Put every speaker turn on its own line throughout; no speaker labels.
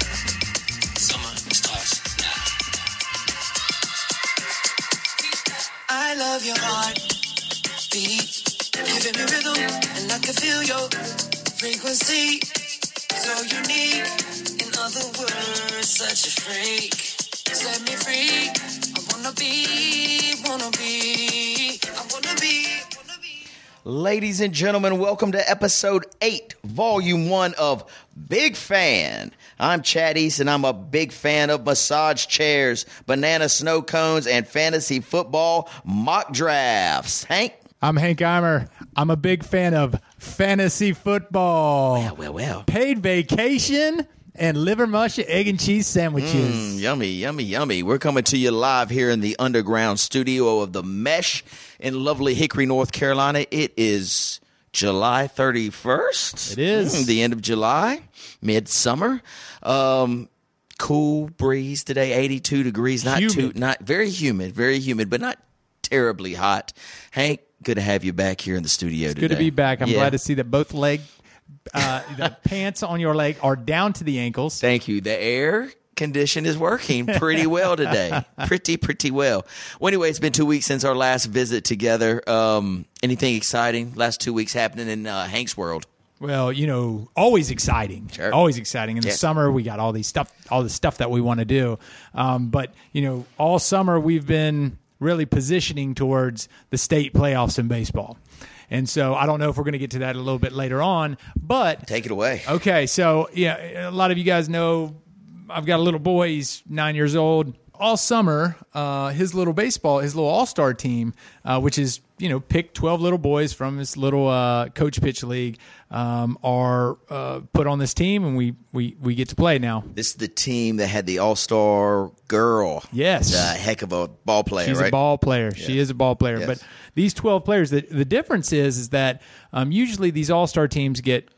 Summer starts now.
I love your heartbeat, giving me rhythm, and I can feel your frequency. So unique, in other words, such a freak. Set me free. I wanna be, wanna be, I wanna be. wanna be.
Ladies and gentlemen, welcome to episode 8, volume 1 of Big Fan. I'm Chad East, and I'm a big fan of massage chairs, banana snow cones, and fantasy football mock drafts. Hank?
I'm Hank Eimer. I'm a big fan of fantasy football,
Oh, Well, well, well.
paid vacation, and liver mush egg and cheese sandwiches.
Yummy, yummy, yummy. We're coming to you live here in the underground studio of The Mesh in lovely Hickory, North Carolina. It is July 31st.
It is.
Mm, the end of July, midsummer. Um, cool breeze today, 82 degrees. Not
Humid.
too, not very humid, very humid, but not terribly hot. Hank, good to have you back here in the studio today.
Good to be back. I'm
Yeah.
glad to see that both leg, uh, the pants on your leg are down to the ankles.
Thank you. The air condition is working pretty well today. pretty, pretty well. Well, anyway, it's been two weeks since our last visit together. Um, anything exciting? Last two weeks happening in uh, Hank's world.
Well, you know, always exciting.
Sure.
Always exciting. In the
Yes.
summer, we got all these stuff, all the stuff that we want to do. Um, but you know, all summer we've been really positioning towards the state playoffs in baseball. And so I don't know if we're going to get to that a little bit later on, but
Take it away.
Okay, so yeah, a lot of you guys know I've got a little boy. He's nine years old. All summer, uh, his little baseball, his little all star team, uh, which is you know pick twelve little boys from his little uh, coach pitch league, um, are uh, put on this team, and we we we get to play now.
This is the team that had the All Star girl.
Yes.
The heck of a ball player,
She's
right?
a ball player. She is a ball player.
Yes.
But these twelve players, the, the difference is is that um, usually these all star teams get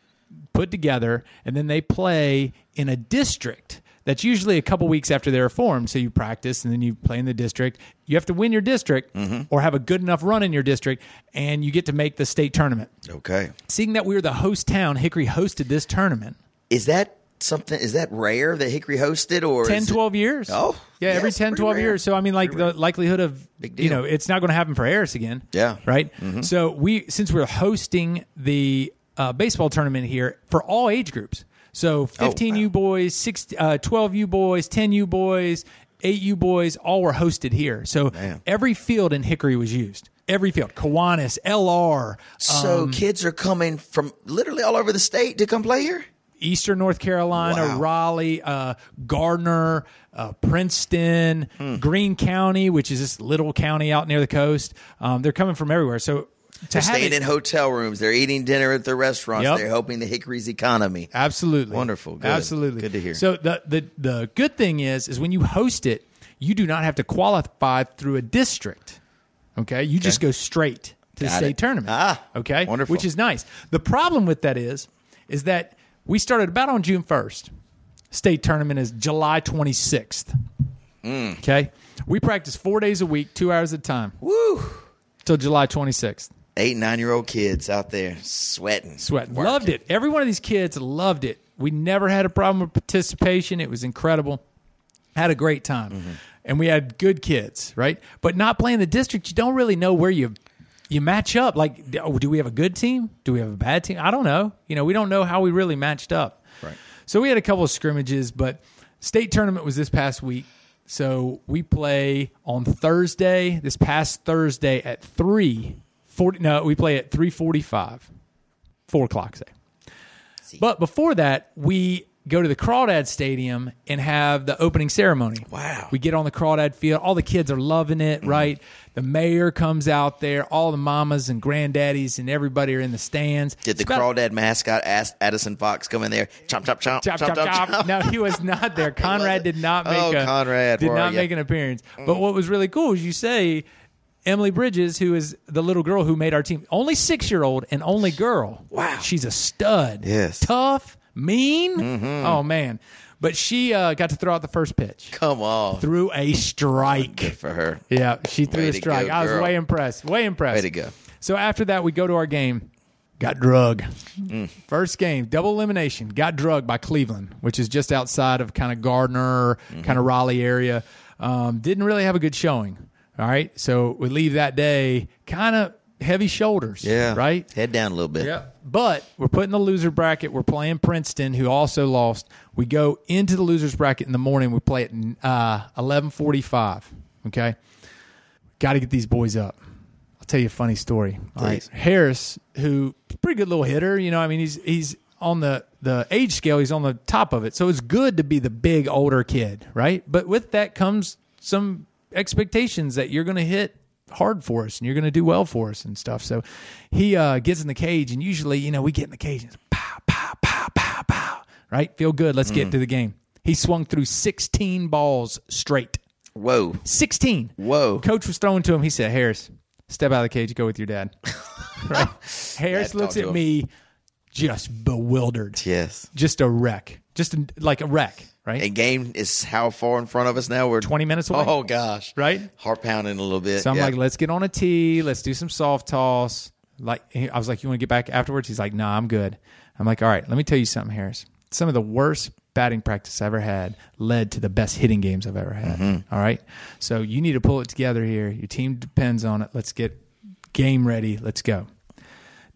put together and then they play in a district. That's usually a couple weeks after they're formed. So you practice and then you play in the district. You have to win your district
Mm-hmm.
or have a good enough run in your district, and you get to make the state tournament.
Okay.
Seeing that we were the host town, Hickory hosted this tournament.
Is that something? Is that rare that Hickory hosted or
10
is it-
12 years
Oh,
yeah
yeah,
every
it's
10
pretty
12
rare.
years so i mean like the likelihood of
Big
you
deal.
know it's not going to happen for harris again
Yeah. Mm-hmm.
right so we since we're hosting the uh, baseball tournament here for all age groups so
Oh,
15
wow.
u boys 6 uh, 12 u boys 10 u boys 8 u boys all were hosted here so every field in hickory was used every field Kiwanis, lr um,
So kids are coming from literally all over the state to come play here.
Eastern North Carolina,
Wow.
Raleigh, uh, Gardner, uh, Princeton,
Hmm.
Greene County, which is this little county out near the coast. Um, they're coming from everywhere. So to
They're
have
staying
it,
in hotel rooms. They're eating dinner at the restaurants.
Yep.
They're helping the Hickory's economy.
absolutely
Wonderful. Good.
absolutely
Good to hear.
So the the the good thing is is when you host it, you do not have to qualify through a district. Okay, you just go straight to the
Got
state
it.
tournament.
Ah,
okay,
wonderful.
which is nice. The problem with that is is that we started about on June first. State tournament is July twenty sixth.
Mm.
Okay, we practice four days a week, two hours at a time. Woo! Till July twenty sixth.
Eight, nine year old kids out there sweating.
Sweat.
Working.
Loved it. Every one of these kids loved it. We never had a problem with participation. It was incredible. Had a great time. And we had good kids, right? But not playing the district, you don't really know where you you match up. Like d- oh, do we have a good team? Do we have a bad team? I don't know. You know, we don't know how we really matched up. Right. So we had a couple of scrimmages, but state tournament was this past week. So we play on Thursday, this past Thursday at 3 40, no, we play at 345 four o'clock, say. But before that, we go to the Crawdad Stadium and have the opening ceremony.
Wow. Mm-hmm.
We get on the Crawdad Field. All the kids are loving it, right? The mayor comes out there. All the mamas and granddaddies and everybody are in the stands.
Did the
It's about-
crawdad mascot ask Addison Fox come in there? Chomp, chomp, chomp,
Chop, chop, chop. No, he was not there. Conrad did not make
Oh,
a
Conrad, Mm-hmm.
did
where are
not
ya?
make an appearance. But what was really cool is you say Emily Bridges, who is the little girl who made our team, only six year old and only girl.
Wow.
She's a stud.
Yes. Mm-hmm.
Tough, mean. Oh, man. But she uh, got to throw out the first pitch
Come on.
through a strike.
For her.
Yeah, she threw
Way
a
to
strike.
go,
I was
girl.
way impressed. Way impressed.
Way to go.
So after that, we go to our game. Got drug.
Mm.
First game, double elimination. Got drug by Cleveland, which is just outside of kind of Gardner,
Mm-hmm.
kind of Raleigh area. Um, didn't really have a good showing. All right. So we leave that day kind of heavy shoulders.
Yeah.
Right?
Head down a little bit.
Yeah. But we're putting the loser bracket. We're playing Princeton, who also lost. We go into the losers bracket in the morning. We play at uh, eleven forty-five. Okay. Got to get these boys up. I'll tell you a funny story. All right.
Please.
Harris, who pretty good little hitter. You know, I mean, he's he's on the the age scale. He's on the top of it. So it's good to be the big older kid, right? But with that comes some expectations that you're going to hit hard for us and you're going to do well for us and stuff. So he uh, gets in the cage, and usually, you know, we get in the cage and it's pow, pow, pow, pow, pow. Right? Feel good. Let's get to the game. He swung through 16 balls straight.
Whoa.
16.
Whoa.
Coach was throwing to him. He said, Harris, step out of the cage, go with your dad. Right? Harris
Dad talked
looks
to
at
him.
me just bewildered.
Yes.
Just a wreck. Just a, like a wreck, right?
A game is how far in front of us now? We're
20 minutes away.
Oh gosh.
Right?
Heart pounding a little bit.
So I'm
yeah.
like, let's get on a tee. Let's do some soft toss. Like I was like, you want to get back afterwards? He's like, no, nah, I'm good. I'm like, all right, let me tell you something, Harris. Some of the worst batting practice I ever had led to the best hitting games I've ever had.
Mm-hmm.
All right, so you need to pull it together here. Your team depends on it. Let's get game ready. Let's go.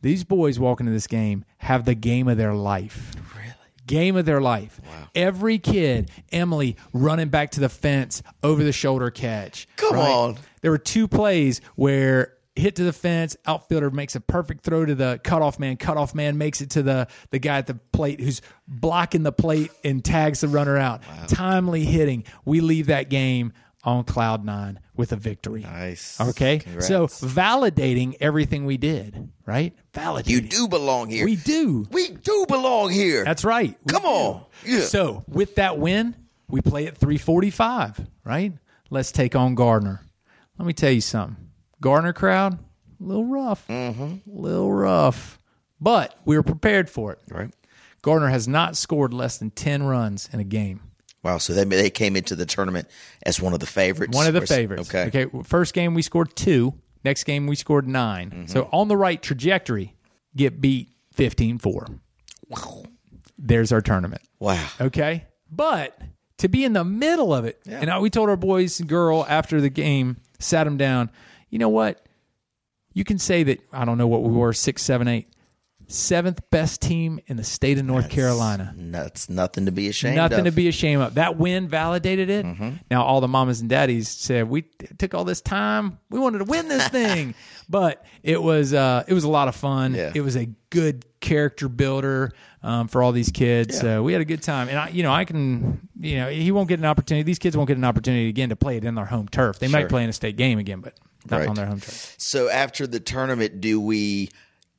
These boys walking into this game have the game of their life. Really? Game of their life. Every kid, Emily running back to the fence, over the shoulder catch.
Come on.
There were two plays where hit to the fence, outfielder makes a perfect throw to the cutoff man, cutoff man makes it to the the guy at the plate who's blocking the plate and tags the runner out. Timely hitting. We leave that game on cloud 9 with a victory.
Nice.
Okay. So
Congrats.
validating everything we did, right? Validating.
you do belong here.
We do.
We do belong here.
That's right. We
Come
do.
on. Yeah.
So with that win, we play at 345, right? Let's take on Gardner. Let me tell you something. Gardner crowd, a little rough. Mm-hmm. A little rough. But we were prepared for it.
right.
Gardner has not scored less than 10 runs in a game.
Wow. So they they came into the tournament as one of the favorites.
One of the
Or s-
favorites.
Okay.
Okay. well, First game we scored two. Next game we scored 9
Mm-hmm.
So on the right trajectory, get beat 15 4. There's our tournament.
Wow.
Okay. But to be in the middle of it, and I, we told our boys and girl after the game, sat them down, you know what? You can say that, I don't know what we were, six, seven, eight, seventh best team in the state of North Carolina.
That's nothing to be ashamed
Nothing
of. Mm-hmm.
to be ashamed of. That win validated it. Now all the mamas and daddies said we t- took all this time. We wanted to win this thing, but it was uh, it was a lot of fun.
Yeah.
It was a good character builder um, for all these kids. So we had a good time, and I you know I can you know he won't get an opportunity. These kids won't get an opportunity again to play it in their home turf. They might play in a state game again, but not
Right.
on their home turf.
So after the tournament, do we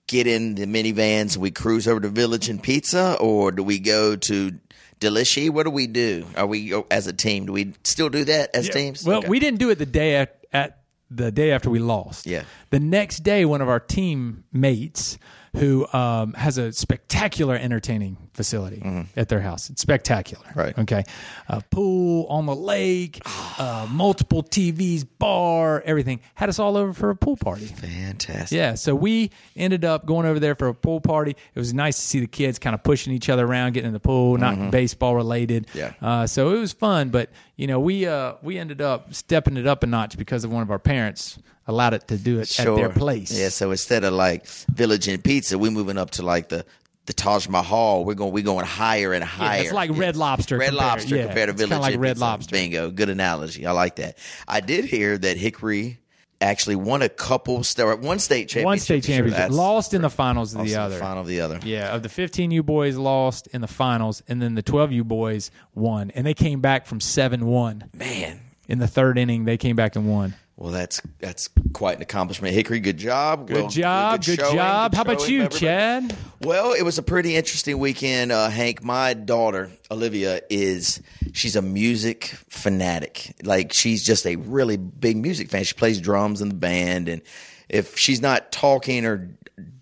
get in the minivans and we cruise over to Village and Pizza, or do we go to Delishi? What do we do? Are we oh, as a team? Do we still do that as teams?
Well,
Okay.
we didn't do it the day at, at the day after we lost.
Yeah.
The next day, one of our teammates who um, has a spectacular entertaining facility at their house. It's spectacular.
Mm-hmm. Right.
Okay. A pool on the lake, uh, multiple TVs, bar, everything. Had us all over for a pool party.
fantastic.
Yeah, so we ended up going over there for a pool party. It was nice to see the kids kind of pushing each other around, getting in the pool, not baseball related.
Mm-hmm. Yeah.
Uh, so it was fun, but you know we uh, we ended up stepping it up a notch because of one of our parents allowed it to do it at their place.
Yeah, so instead of like Village and Pizza, we're moving up to like the the Taj Mahal. We're going we're going higher and
Yeah,
higher.
it's like Red Lobster.
Red
compared-
Lobster
yeah,
compared to
it's kinda
Village.
like
and
Red
Pizza.
Lobster.
Bingo. Good analogy. I like that. I did hear that Hickory actually won a couple star one state championship.
One state
for sure.
championship,
That's
lost in the finals of the
also
other.
final of the other.
Yeah, of the 15 U boys lost in the finals, and then the 12 U boys won, and they came back from 7 1.
Man,
in the third inning, they came back and won.
Well, that's that's quite an accomplishment. Hickory, good job.
Good job. Good,
showing,
job.
good
How about
showing,
you,
everybody.
Chad?
Well, it was a pretty interesting weekend, uh, Hank. My daughter Olivia is she's a music fanatic. Like she's just a really big music fan. She plays drums in the band, and if she's not talking or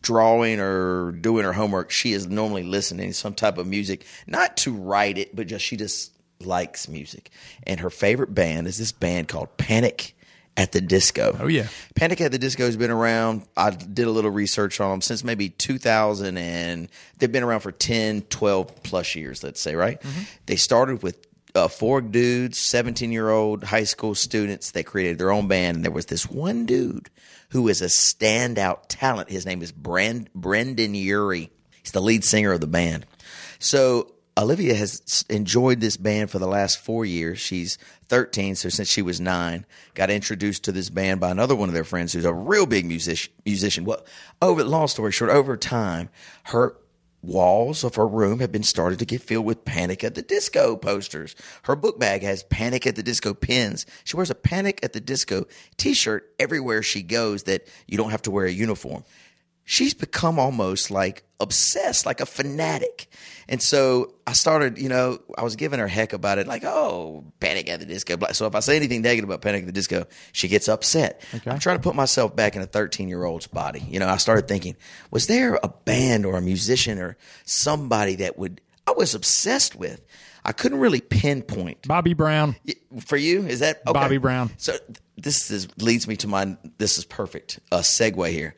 drawing or doing her homework, she is normally listening to some type of music, not to write it, but just she just likes music. And her favorite band is this band called Panic at the Disco.
Oh, yeah.
Panic at the Disco has been around. I did a little research on them since maybe 2000, and they've been around for 10, 12 plus years, let's say, right?
Mm-hmm.
They started with uh, four dudes, 17 year old high school students. They created their own band, and there was this one dude who is a standout talent. His name is Brand- Brendan Urey. He's the lead singer of the band. So Olivia has s- enjoyed this band for the last four years. She's 13, so since she was nine, got introduced to this band by another one of their friends who's a real big musician. Musician. Well, over long story short, over time, her walls of her room have been started to get filled with Panic at the Disco posters. Her book bag has Panic at the Disco pins. She wears a Panic at the Disco T-shirt everywhere she goes. That you don't have to wear a uniform she's become almost like obsessed, like a fanatic. And so I started, you know, I was giving her heck about it, like, oh, Panic at the Disco. blah. So if I say anything negative about Panic at the Disco, she gets upset. I'm trying to put myself back in a 13 year old's body. You know, I started thinking, was there a band or a musician or somebody that would I was obsessed with? I couldn't really pinpoint
Bobby Brown.
for you is that okay.
Bobby Brown.
So th- this is leads me to my this is perfect a segue here.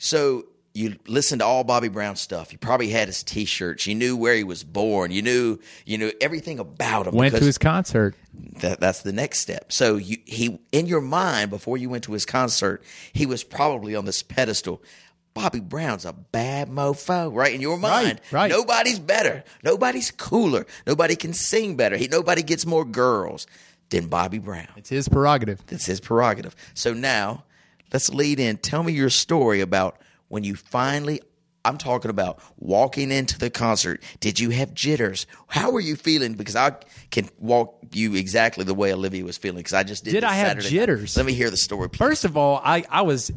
So you listened to all Bobby Brown stuff. You probably had his T-shirts. You knew where he was born. You knew you knew everything about him.
Went to
because-
his concert.
that, that's the next step. So you, he, in your mind, before you went to his concert, he was probably on this pedestal. Bobby Brown's a bad mofo, right? In your mind,
right.
Nobody's better. Nobody's cooler. Nobody can sing better. He, nobody gets more girls than Bobby Brown.
It's his prerogative.
That's his prerogative. So now, let's lead in. Tell me your story about when you finally. I'm talking about walking into the concert. Did you have jitters? How were you feeling? Because I can walk you exactly the way Olivia was feeling. Because I just did.
Did
this
I have
Saturday night.
jitters?
Let me hear the story. Please.
First of all, I, I was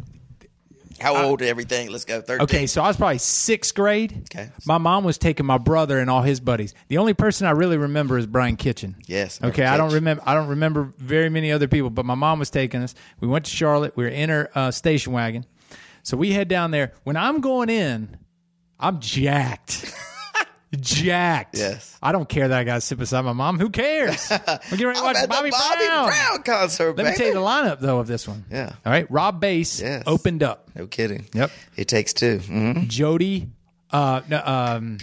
How old? and everything. Let's go. Thirteen.
Okay, so I was probably sixth grade.
Okay.
My mom was taking my brother and all his buddies. The only person I really remember is Brian Kitchen.
Yes, I remember
Okay, I don't
Kitchen.
remember I don't remember very many other people, but my mom was taking us. We went to Charlotte. We were in her uh, station wagon. So we head down there. When I'm going in, I'm jacked. jacked.
Yes.
I don't care that I got to sit beside my mom. Who cares? I'm getting ready to
I'm
watch
at the
Bobby,
Bobby
Brown.
Brown, concert.
Let me
baby.
tell you the lineup though of this one.
Yeah.
All right. Rob Bass
Yes.
opened up.
No kidding.
Yep.
It takes 2 Mhm.
Jody. Uh, no, um,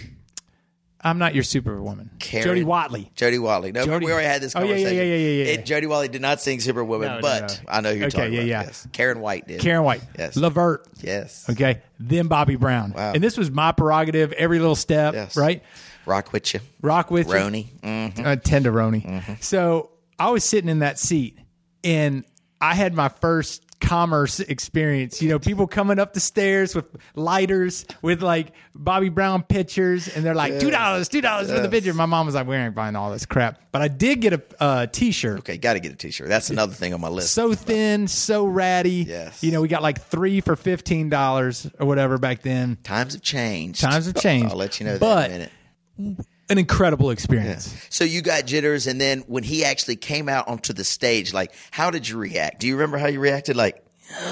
I'm not your superwoman.
Karen.
Jody Watley.
Jody Watley. No,
Jody-
we already had this
Oh, yeah, yeah,
conversation.
yeah, yeah, yeah, yeah.
It- Jody Watley did not sing Superwoman,
No, no,
but
no.
I know who you're
Okay,
talking
yeah,
about.
yeah.
Yes. Karen White did.
Karen White.
Yes.
Lavert.
Yes.
Okay. Then Bobby Brown.
Wow.
And this was my prerogative. Every little step.
Yes.
Right.
Rock with you.
Rock with you.
Roni. Mm-hmm.
uh, tenderoni. So I was sitting in that seat, and I had my first commerce experience. You know, people coming up the stairs with lighters, with like Bobby Brown pictures, and they're like two dollars, two dollars for the picture. My mom was like, "We ain't buying all this crap," but I did get a uh, t-shirt.
Okay, got to get a T-shirt. That's another thing on my list.
So thin, so ratty.
Yes.
You know, we got like three for fifteen dollars or whatever back then.
Times have changed.
Times have changed.
I'll let you know that
But-
in a minute.
An incredible experience.
So you got jitters, and then when he actually came out onto the stage, like, how did you react? Do you remember how you reacted? Like,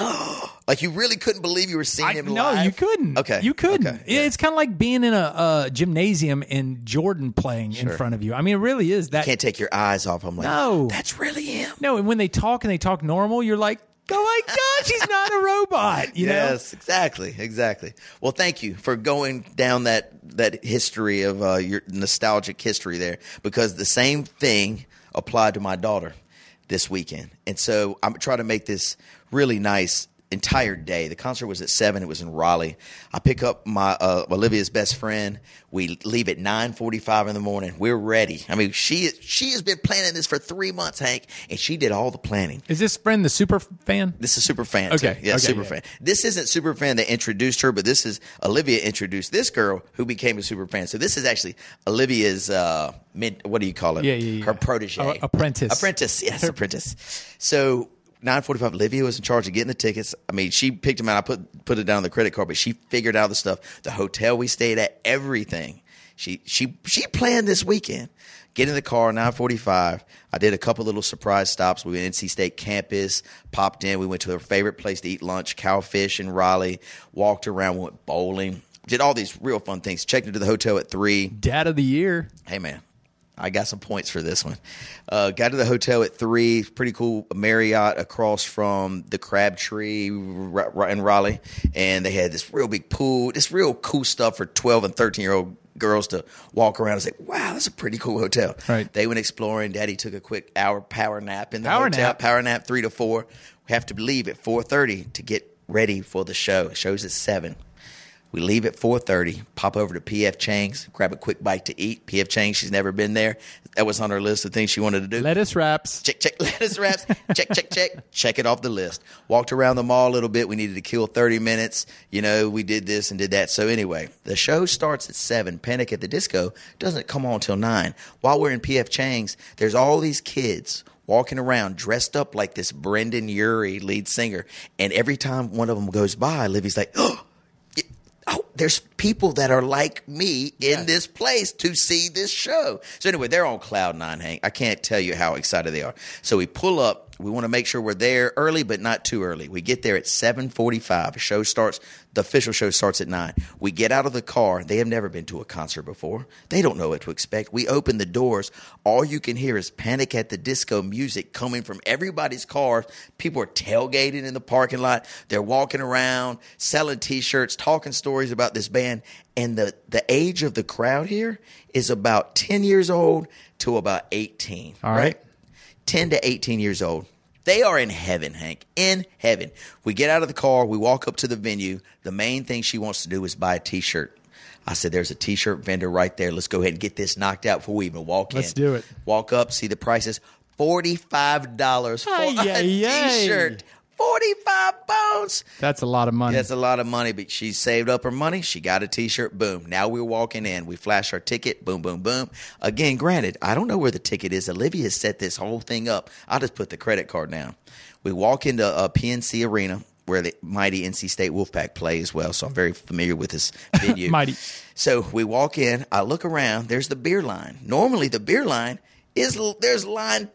like you really couldn't believe you were seeing
I-
him
no,
live.
you couldn't.
Okay,
you couldn't.
okay,
It- It's kind of like being in a, uh gymnasium and Jordan playing in front of you. I mean, it really is that.
Can't take your eyes off. I'm like,
No.
that's really him.
No, and when they talk and they talk normal, you're like, oh my gosh, he's not a robot. You
yes, exactly, exactly. Well, thank you for going down that that history of uh, your nostalgic history there, because the same thing applied to my daughter this weekend, and so I'm trying to make this really nice entire day. The concert was at seven. It was in Raleigh. I pick up my uh, Olivia's best friend. We leave at nine forty-five in the morning. We're ready. I mean, she she has been planning this for three months, Hank, and she did all the planning.
Is this friend the super fan?
This is super fan.
Okay,
Too. Yeah,
okay,
super
yeah.
fan. This isn't super fan that introduced her, but this is Olivia introduced this girl who became a super fan. So this is actually Olivia's uh, mid. What do you call it?
Yeah, yeah, yeah.
Her protege,
Uh, apprentice.
apprentice. Yes, apprentice. So. 945 Olivia was in charge of getting the tickets. I mean, she picked them out. I put put it down on the credit card, but she figured out the stuff, the hotel we stayed at, everything. She she she planned this weekend. Get in the car, 945. I did a couple little surprise stops. We went to NC State campus, popped in. We went to her favorite place to eat lunch, Cowfish in Raleigh, walked around, went bowling, did all these real fun things. Checked into the hotel at three
Dad of the year.
hey man i got some points for this one uh, got to the hotel at three pretty cool marriott across from the crabtree r- r- in raleigh and they had this real big pool this real cool stuff for 12 and 13 year old girls to walk around and say wow that's a pretty cool hotel
Right.
they went exploring daddy took a quick hour power nap in the
Power
hotel
nap?
power nap three to four we have to leave at 4.30 to get ready for the show it shows at 7 we leave at 4.30 pop over to pf chang's grab a quick bite to eat pf chang's she's never been there that was on her list of things she wanted to do
Lettuce wraps.
check check lettuce wraps check check check check it off the list walked around the mall a little bit we needed to kill 30 minutes you know we did this and did that so anyway the show starts at 7 panic at the disco doesn't come on till 9 while we're in pf chang's there's all these kids walking around dressed up like this brendan urie lead singer and every time one of them goes by livy's like oh oh, there's people that are like me in this place to see this show. So anyway, they're on cloud nine, Hank. I can't tell you how excited they are. So we pull up. We want to make sure we're there early, but not too early. We get there at seven forty-five. The show starts. The official show starts at nine. We get out of the car. They have never been to a concert before. They don't know what to expect. We open the doors. All you can hear is Panic at the Disco music coming from everybody's cars. People are tailgating in the parking lot. They're walking around, selling T-shirts, talking stories about this band. And the the age of the crowd here is about ten years old to about eighteen.
All right.
10 to 18 years old. They are in heaven, Hank. In heaven. We get out of the car, we walk up to the venue. The main thing she wants to do is buy a t shirt. I said, There's a t shirt vendor right there. Let's go ahead and get this knocked out before we even walk in.
Let's do it.
Walk up, see the prices $45 for
Ay,
a
ay, ay.
t shirt. 45 bones.
That's a lot of money.
That's a lot of money, but she saved up her money. She got a T-shirt. Boom. Now we're walking in. We flash our ticket. Boom, boom, boom. Again, granted, I don't know where the ticket is. Olivia set this whole thing up. I'll just put the credit card down. We walk into uh, PNC Arena where the mighty NC State Wolfpack play as well. So I'm very familiar with this venue.
Mighty.
So we walk in. I look around. There's the beer line. Normally, the beer line is there's line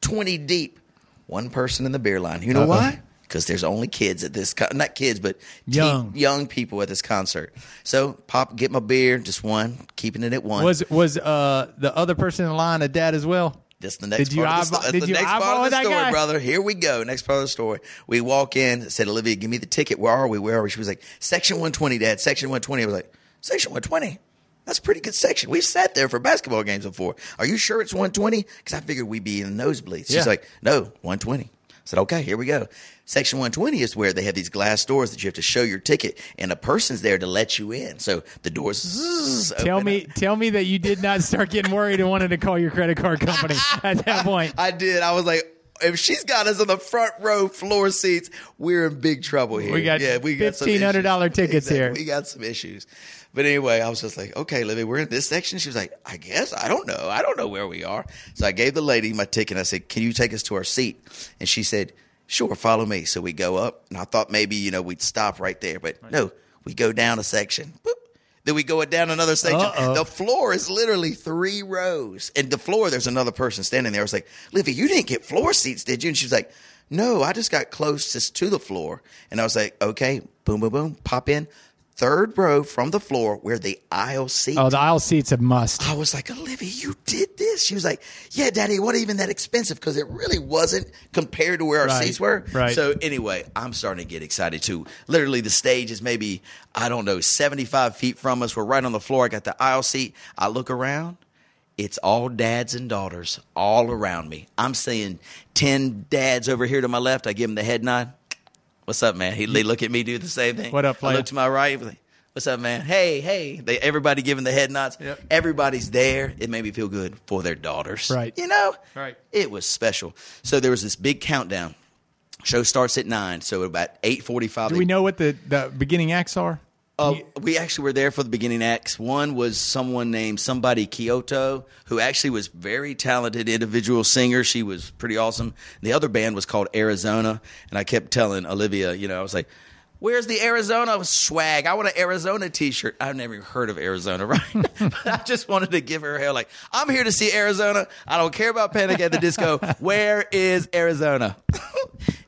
twenty deep. One person in the beer line. You know
Uh-oh.
why? Because there's only kids at this. Con- not kids, but teen-
Young.
young people at this concert. So pop, get my beer, just one, keeping it at one.
was was uh the other person in line a dad as well?
That's the next
Did you
part of the, sto-
eyeball-
that's
did
the
you
next part
eyeball
of the
that
story,
guy?
brother. Here we go. Next part of the story. We walk in, said, Olivia, give me the ticket. Where are we? Where are we? She was like, Section 120, Dad, Section 120. I was like, Section 120? That's a pretty good section. We've sat there for basketball games before. Are you sure it's 120? Because I figured we'd be in the nosebleeds. She's
Yeah.
like, no, 120. I said, okay, here we go. Section 120 is where they have these glass doors that you have to show your ticket, and a person's there to let you in. So the doors. zzz,
Tell
open
me,
up.
tell me that you did not start getting worried and wanted to call your credit card company at that point.
I did. I was like, if she's got us on the front row floor seats, we're in big trouble here.
We got
some
$1,500
issues.
tickets here.
We got some issues. But anyway, I was just like, okay, Libby, we're in this section. She was like, I guess I don't know. I don't know where we are. So I gave the lady my ticket. and I said, can you take us to our seat? And she said, sure, follow me. So we go up, and I thought maybe you know we'd stop right there, but no, we go down a section. Boop. Then we go down another section.
Uh-oh.
The floor is literally three rows. And the floor, there's another person standing there. I was like, Livy, you didn't get floor seats, did you? And she's like, No, I just got closest to the floor. And I was like, Okay, boom, boom, boom, pop in. Third row from the floor where the aisle seat.
Oh, the aisle seats a must.
I was like, Olivia, you did this. She was like, Yeah, Daddy, it wasn't even that expensive because it really wasn't compared to where our
Right,
seats were.
right.
So anyway, I'm starting to get excited too. Literally, the stage is maybe I don't know 75 feet from us. We're right on the floor. I got the aisle seat. I look around. It's all dads and daughters all around me. I'm seeing 10 dads over here to my left. I give them the head nod. What's up, man? He they look at me, do the same thing.
What up,
I
player?
look to my right. like, What's up, man? Hey, hey. They everybody giving the head nods.
Yep.
Everybody's there. It made me feel good for their daughters.
Right.
You know?
Right.
It was special. So there was this big countdown. Show starts at nine, so about eight forty five.
Do we know what the, the beginning acts are?
Uh, we actually were there for the beginning acts. One was someone named Somebody Kyoto, who actually was very talented individual singer. She was pretty awesome. The other band was called Arizona, and I kept telling Olivia, you know, I was like, "Where's the Arizona swag? I want an Arizona T-shirt." I've never even heard of Arizona, right? but I just wanted to give her hell. Like, I'm here to see Arizona. I don't care about Panic at the Disco. Where is Arizona?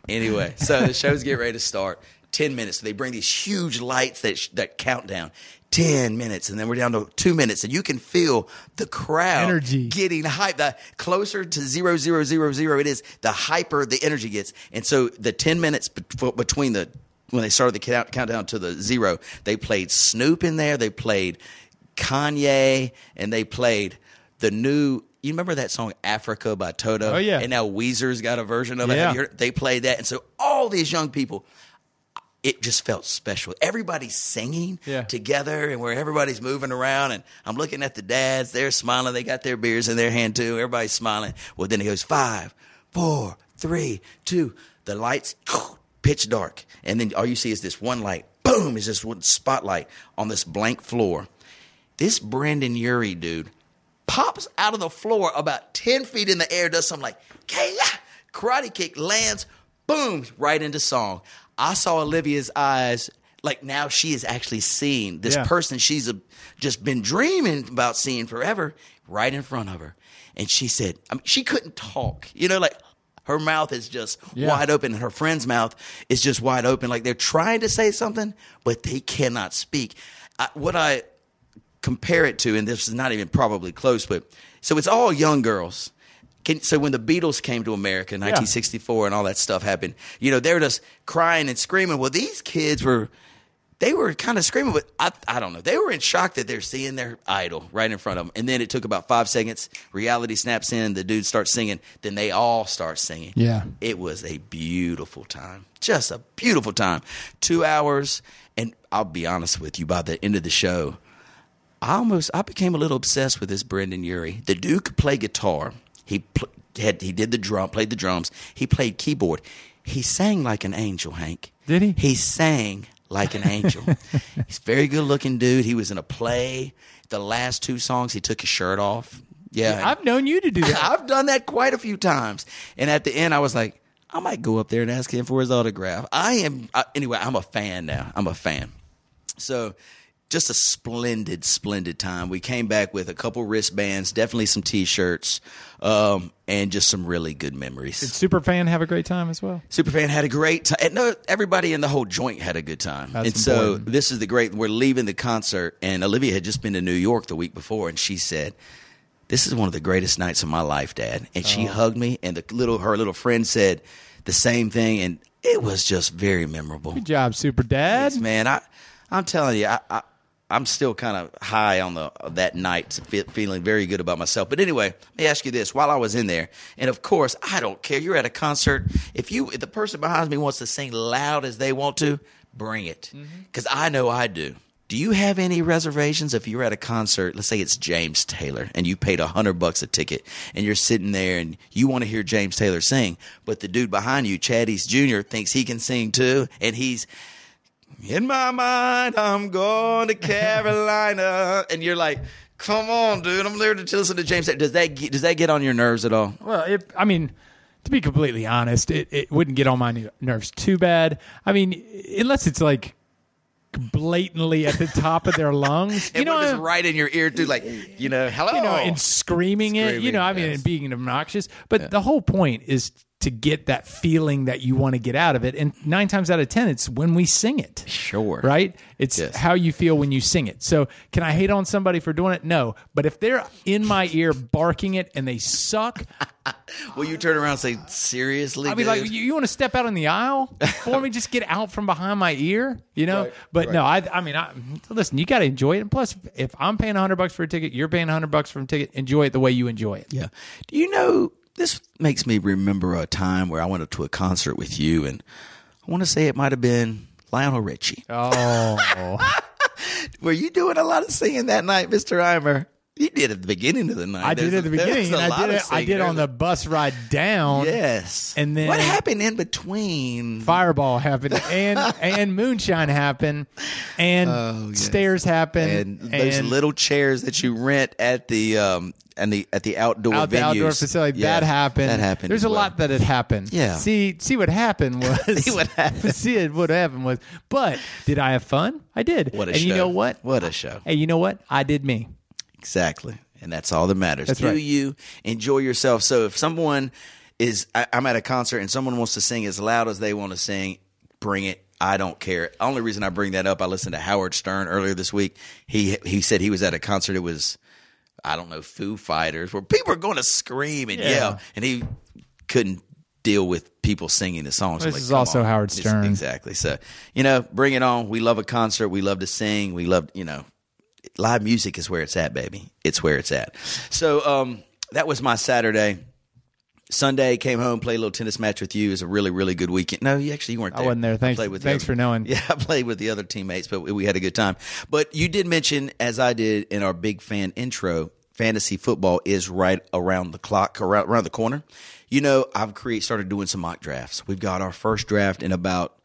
Anyway, so the shows get ready to start. Ten minutes. So they bring these huge lights that sh- that countdown. Ten minutes, and then we're down to two minutes, and you can feel the crowd
Energy.
getting hyped. The closer to zero zero zero zero it is, the hyper the energy gets. And so the ten minutes bet- between the when they started the count- countdown to the zero, they played Snoop in there. They played Kanye, and they played the new. You remember that song "Africa" by Toto?
Oh, yeah.
And now Weezer's got a version of it.
Yeah.
Have you heard? They played that, and so all these young people, it just felt special. Everybody's singing
Yeah.
together, and where everybody's moving around, and I'm looking at the dads. They're smiling. They got their beers in their hand too. Everybody's smiling. Well, then he goes five, four, three, two. The lights pitch dark, and then all you see is this one light. Boom! Is this one spotlight on this blank floor? This Brandon Yuri dude pops out of the floor about 10 feet in the air, does something like, Kaya! Karate kick lands, boom, right into song. I saw Olivia's eyes. Like now she is actually seeing this
Yeah.
person she's a, just been dreaming about seeing forever right in front of her. And she said, I mean, she couldn't talk. You know, like her mouth is just
Yeah.
wide open and her friend's mouth is just wide open. Like they're trying to say something, but they cannot speak. I, what I compare it to, and this is not even probably close, but so it's all young girls. Can, so when the Beatles came to America in 1964 and all that stuff happened, you know, they were just crying and screaming. Well, these kids were, they were kind of screaming, but I, I don't know. They were in shock that they're seeing their idol right in front of them. And then it took about five seconds. Reality snaps in. The dude starts singing. Then they all start singing.
Yeah.
It was a beautiful time. Just a beautiful time. Two hours. And I'll be honest with you, by the end of the show, I almost I became a little obsessed with this Brendan Urie. The dude could play guitar. He pl- had he did the drum, played the drums. He played keyboard. He sang like an angel, Hank.
Did he?
He sang like an angel. He's a very good looking dude. He was in a play. The last two songs, he took his shirt off. Yeah,
I've known you to do that.
I've done that quite a few times. And at the end, I was like, I might go up there and ask him for his autograph. I am, uh, anyway, I'm a fan now. I'm a fan. So just a splendid, splendid time. We came back with a couple wristbands, definitely some t shirts, um, and just some really good memories.
Super fan, have a great time as well.
Superfan had a great time. No, everybody in the whole joint had a good time.
That's
and so
important.
this is the great. We're leaving the concert, and Olivia had just been to New York the week before, and she said, "This is one of the greatest nights of my life, Dad." And
Oh.
she hugged me, and the little her little friend said the same thing, and it was just very memorable.
Good job, Super Dad.
Yes, man. I, I'm telling you, I, I, I'm still kind of high on the that night, fe- feeling very good about myself. But anyway, let me ask you this: while I was in there, and of course, I don't care. You're at a concert. If you, if the person behind me wants to sing loud as they want to, bring it, because I know I do. Do you have any reservations if you're at a concert? Let's say it's James Taylor and you paid a hundred bucks a ticket and you're sitting there and you want to hear James Taylor sing, but the dude behind you, Chad East Jr., thinks he can sing too, and he's in my mind, I'm going to Carolina, and you're like, "Come on, dude! I'm there to listen to James." Does that get, does that get on your nerves at all?
Well, if, I mean, to be completely honest, it, it wouldn't get on my ne- nerves too bad. I mean, unless it's like blatantly at the top of their lungs, you
And
know, uh,
we're just right in your ear, dude. Like, you know, hello.
you know, and screaming, it, you
Oh. Screaming,
know, I mean,
yes.
and being obnoxious. But the whole point is to get that feeling that you want to get out of it, and nine times out of ten, it's when we sing it.
Sure.
right? It's
Yes.
how you feel when you sing it. So, can I hate on somebody for doing it? No, but if they're in my ear barking it and they suck,
Will you turn around and say, "Seriously?"
I mean, like, you, you want to step out in the aisle for me? Just get out from behind my ear, you know? but no, I, I mean, I, listen, you got to enjoy it. And plus, if I'm paying 100 bucks for a ticket, you're paying 100 bucks for a ticket, enjoy it the way you enjoy it.
Yeah. Do you know this makes me remember a time where I went up to a concert with you and I want to say it might have been Lionel Richie.
Oh,
Were you doing a lot of singing that night, Mr. Eimer? You did at the beginning of the night.
I
There's
did at
a-
the beginning.
there's a
And I
lot
did
of
it. I did
singing.
on the bus ride down.
Yes.
And then-
what happened in between?
Fireball happened, and and moonshine happened, and stairs happened,
Oh, and those little chairs that you rent at the um and the at the outdoor
out the outdoor
venues.
facility.
Yeah,
that happened.
That happened.
There's
as
a
well.
lot that had happened.
Yeah.
See, see what happened was.
See what happened.
see it- what happened was. But did I have fun? I did.
What a
and
show!
you know what?
What a show!
Hey, you know what? I did me.
Exactly, and that's all that matters.
That's
Do
right.
you enjoy yourself? So if someone is, I, I'm at a concert and someone wants to sing as loud as they want to sing, bring it. I don't care. Only reason I bring that up, I listened to Howard Stern earlier this week. He he said he was at a concert. It was I don't know, Foo Fighters, where people are going to scream and
Yeah.
yell, and he couldn't deal with people singing the songs. I'm
This is
"Come
also Howard
It's-
Stern.
exactly. So you know, bring it on. We love a concert. We love to sing. We love you know, live music is where it's at, baby. It's where it's at. So um, that was my Saturday. Sunday came home, played a little tennis match with you. It was a really, really good weekend. No, you actually you weren't
I
there.
wasn't there. Thanks-
played with the
thanks
other-
for knowing.
Yeah, I played with the other teammates, but we- we had a good time. But you did mention, as I did in our big fan intro, fantasy football is right around the clock, around, around the corner. You know, I've create started doing some mock drafts. We've got our first draft in about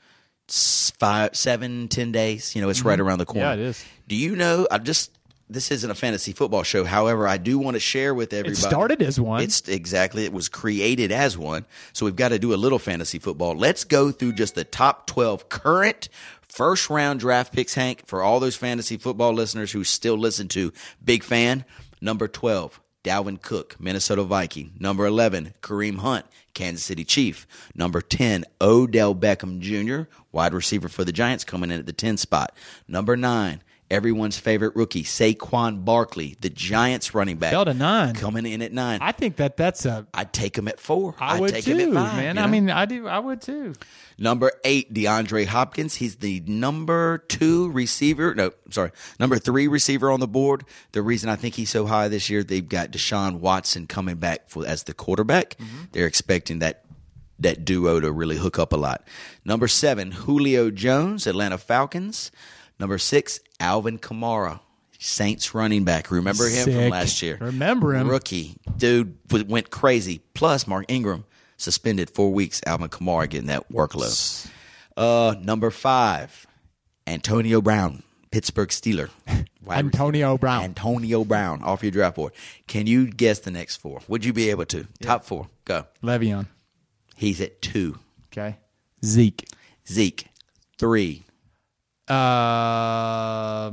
s- five, seven, ten days. You know, it's right around the corner.
Mm-hmm. Yeah, it is.
Do you know? I just this isn't a fantasy football show. However, I do want to share with everybody.
started as one.
It's exactly. It was created as one. So we've got to do a little fantasy football. Let's go through just the top 12 current first round draft picks, Hank, for all those fantasy football listeners who still listen to Big Fan. Number 12, Dalvin Cook, Minnesota Viking. Number 11, Kareem Hunt, Kansas City Chief. Number 10, Odell Beckham Jr., wide receiver for the Giants, coming in at the 10 spot. Number 9, everyone's favorite rookie, Saquon Barkley, the Giants running back.
Fell to nine.
Coming in at 9.
I think that that's a.
I'd take him at four.
I
I'd
would
take
too,
him at five.
man.
you
I
know?
mean, I do. I would too.
number eight, DeAndre Hopkins. He's the number two receiver. No, I'm sorry, number three receiver on the board. The reason I think he's so high this year, they've got Deshaun Watson coming back for, as the quarterback.
Mm-hmm.
They're expecting that that duo to really hook up a lot. Number seven, Julio Jones, Atlanta Falcons. Number six, Alvin Kamara. Saints running back. Remember him from
Sick.
last year.
Remember him.
Rookie. Dude w- went crazy. Plus, Mark Ingram suspended four weeks. Alvin Kamara getting that workload. Uh, number five, Antonio Brown, Pittsburgh Steeler. Wide
Antonio Brown.
Antonio Brown off your draft board. Can you guess the next four? Would you be able to? Top four. Go.
Le'Veon.
He's at two.
Okay. Zeke.
Zeke, three.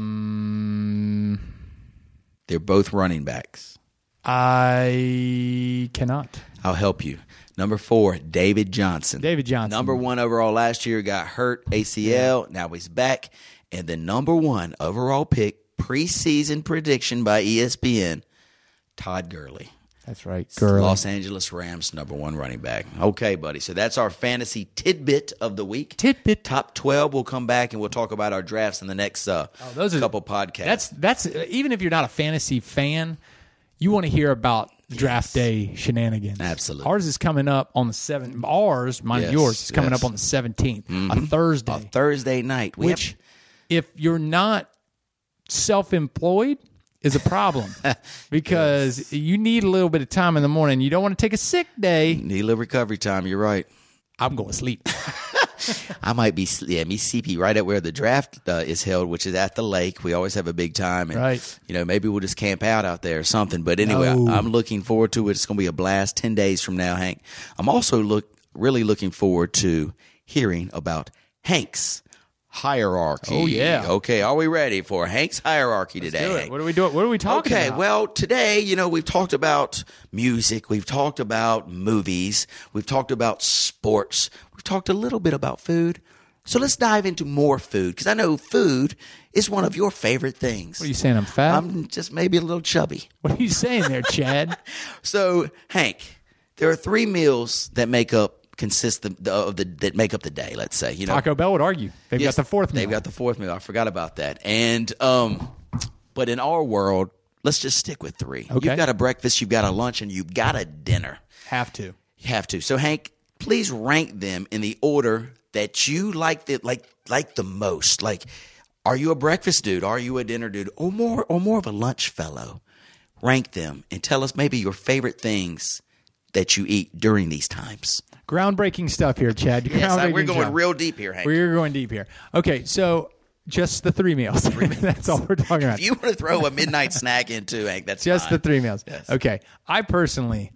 Um,
They're both running backs.
I cannot.
I'll help you. Number four, David Johnson.
David Johnson.
Number one overall last year got hurt, ACL. Now he's back. And the number one overall pick, preseason prediction by E ESPN, Todd Gurley.
That's right. Girl.
Los Angeles Rams number one running back. Okay, buddy. So that's our fantasy tidbit of the week.
Tidbit.
Top twelve. We'll come back and we'll talk about our drafts in the next uh,
Oh, those are-
couple podcasts.
That's that's even if you're not a fantasy fan, you want to hear about draft day shenanigans.
Absolutely.
Ours is coming up on the seventh. Ours, mine,
Yes,
and yours is coming
yes. Mm-hmm.
up on the 17th a Thursday.
Thursday night. We
which,
have-
if you're not self-employed, is a problem because you need a little bit of time in the morning. You don't want to take a sick day.
need a little recovery time. You're right.
I'm going to sleep.
I might be yeah, me CP right at where the draft uh, is held, which is at the lake. We always have a big time, and
Right.
you know maybe we'll just camp out out there or something. But anyway,
No.
I, am looking forward to it. It's going to be a blast. Ten days from now, Hank. I'm also look really looking forward to hearing about Hank's hierarchy.
Oh, yeah.
Okay, are we ready for Hank's hierarchy today?
Do it.
Hank?
What are we doing? What are we talking
okay,
about?
well, today, you know, we've talked about music, we've talked about movies, we've talked about sports, we've talked a little bit about food. So let's dive into more food because I know food is one of your favorite things.
what are you saying? I'm fat.
I'm just maybe a little chubby.
what are you saying there, Chad?
So, Hank, there are three meals that make up consist of the, of the that make up the day. Let's say you know
Taco Bell would argue they've
Yes,
got the fourth.
They've
meal.
got the fourth meal. I forgot about that. And um, but in our world, let's just stick with three.
Okay.
You've got a breakfast, you've got a lunch, and you've got a dinner.
have to.
You have to. So Hank, please rank them in the order that you like the like like the most? Like, are you a breakfast dude? Are you a dinner dude? Or more or more of a lunch fellow? Rank them and tell us maybe your favorite things that you eat during these times.
Groundbreaking stuff here, Chad.
Yes, I-
Groundbreaking
we're going
job.
real deep here, Hank.
We're going deep here. Okay, so just the three meals. That's all we're talking about.
if you want to throw a midnight snack in too, Hank, that's
just the
fine.
three meals.
Yes.
Okay. I personally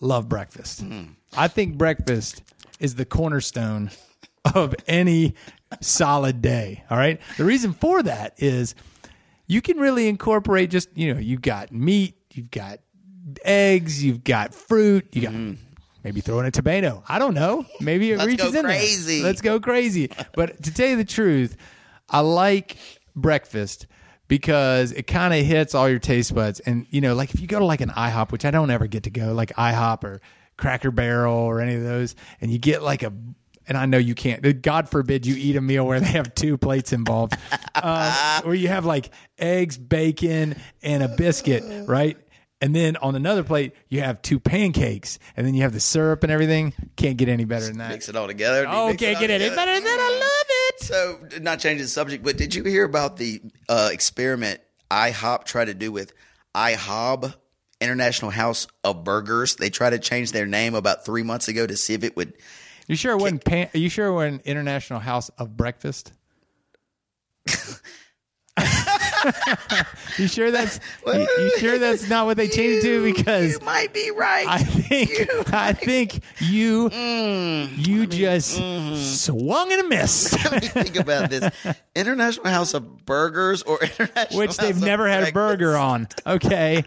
love breakfast.
Mm.
I think breakfast is the cornerstone of any solid day. All right. The reason for that is you can really incorporate just, you know, you've got meat, you've got eggs, you've got fruit, you got. Maybe throw in a tomato. I don't know. Maybe
Mm-hmm.
it
Let's
reaches
go
in there.
crazy.
Let's go crazy. But to tell you the truth, I like breakfast because it kind of hits all your taste buds. And you know, like if you go to like an IHOP, which I don't ever get to go, like IHOP or Cracker Barrel or any of those, and you get like a and I know you can't. God forbid you eat a meal where they have two plates involved, um, where you have like eggs, bacon, and a biscuit, right? And then on another plate you have two pancakes, and then you have the syrup and everything. Can't get any better than that.
Mix it all together.
Oh,
Mix
can't
all
get any
together.
better than that. I love it.
So, not changing the subject, but did you hear about the uh, experiment IHOP tried to do with IHOB, International House of Burgers? They tried to change their name about three months ago to see if it would.
You sure it wasn't? Pan- you sure it wasn't International House of Breakfast? you sure that's? You, you sure that's not what they changed it to? Because
you might be right.
I think I think you
Mm,
you just
mm-hmm.
swung and a miss,
Let me think about this. International House of Burgers or International
which they've
House of
never had a
Breakfast?
burger on. Okay,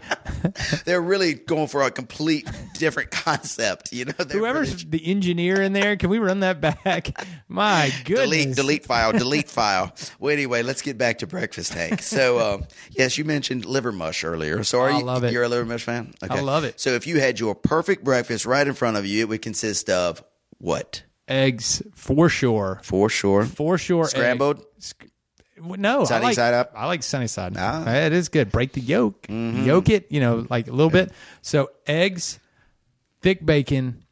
They're really going for a complete different concept. You know, They're
whoever's
really-
the engineer in there, can we run that back? My goodness,
delete delete file delete file well anyway let's get back to breakfast hank so um, yes you mentioned liver mush earlier so are
I
you
love it.
you're a liver mush fan okay.
love it.
so if you had your perfect breakfast right in front of you it would consist of what
eggs for sure,
for sure
for sure. egg.
scrambled
W- No,
Sunny
I like,
side up? Ah. Mm-hmm.
I like sunny side. up. It is good. Break the yolk, yolk it. You know, like a little bit. So eggs, thick bacon.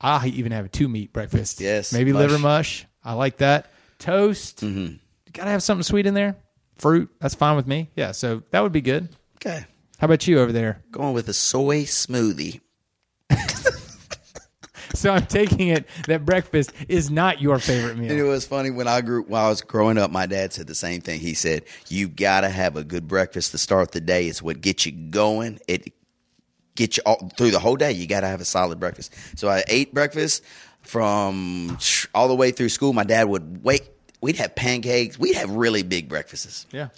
I even have a two meat breakfast.
Yes,
maybe
mush. Mm-hmm.
liver mush. I like that. Toast. You gotta have something sweet in there. Fruit. That's fine with me. Yeah. So that would be good.
okay
How about you over there?
going with a soy smoothie
So I'm taking it that breakfast is not your favorite meal.
And it was funny when I grew while I was growing up, my dad said the same thing. He said, You gotta have a good breakfast to start the day. It's what gets you going. It gets you all through the whole day. You gotta have a solid breakfast. So I ate breakfast from all the way through school. My dad would wake we'd have pancakes. We'd have really big breakfasts.
Yeah.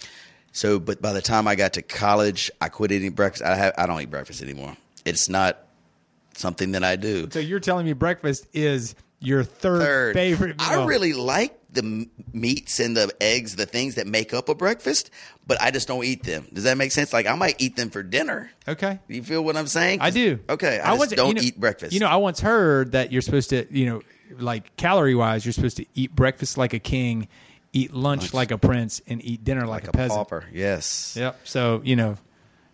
So, but by the time I got to college, I quit eating breakfast. I have, I don't eat breakfast anymore. It's not something that I do
So you're telling me breakfast is your third,
third.
favorite meal.
I really like the m- meats and the eggs, the things that make up a breakfast, but I just don't eat them. Does that make sense? Like I might eat them for dinner.
okay.
You feel what I'm saying?
I do.
Okay, I, just
once-
don't
you know-
eat breakfast.
You know, I once heard that you're supposed to, you know, like calorie wise, you're supposed to eat breakfast like a king, eat lunch, like a prince, and eat dinner like, a, peasant.
pauper. Yes.
Yep. So you know,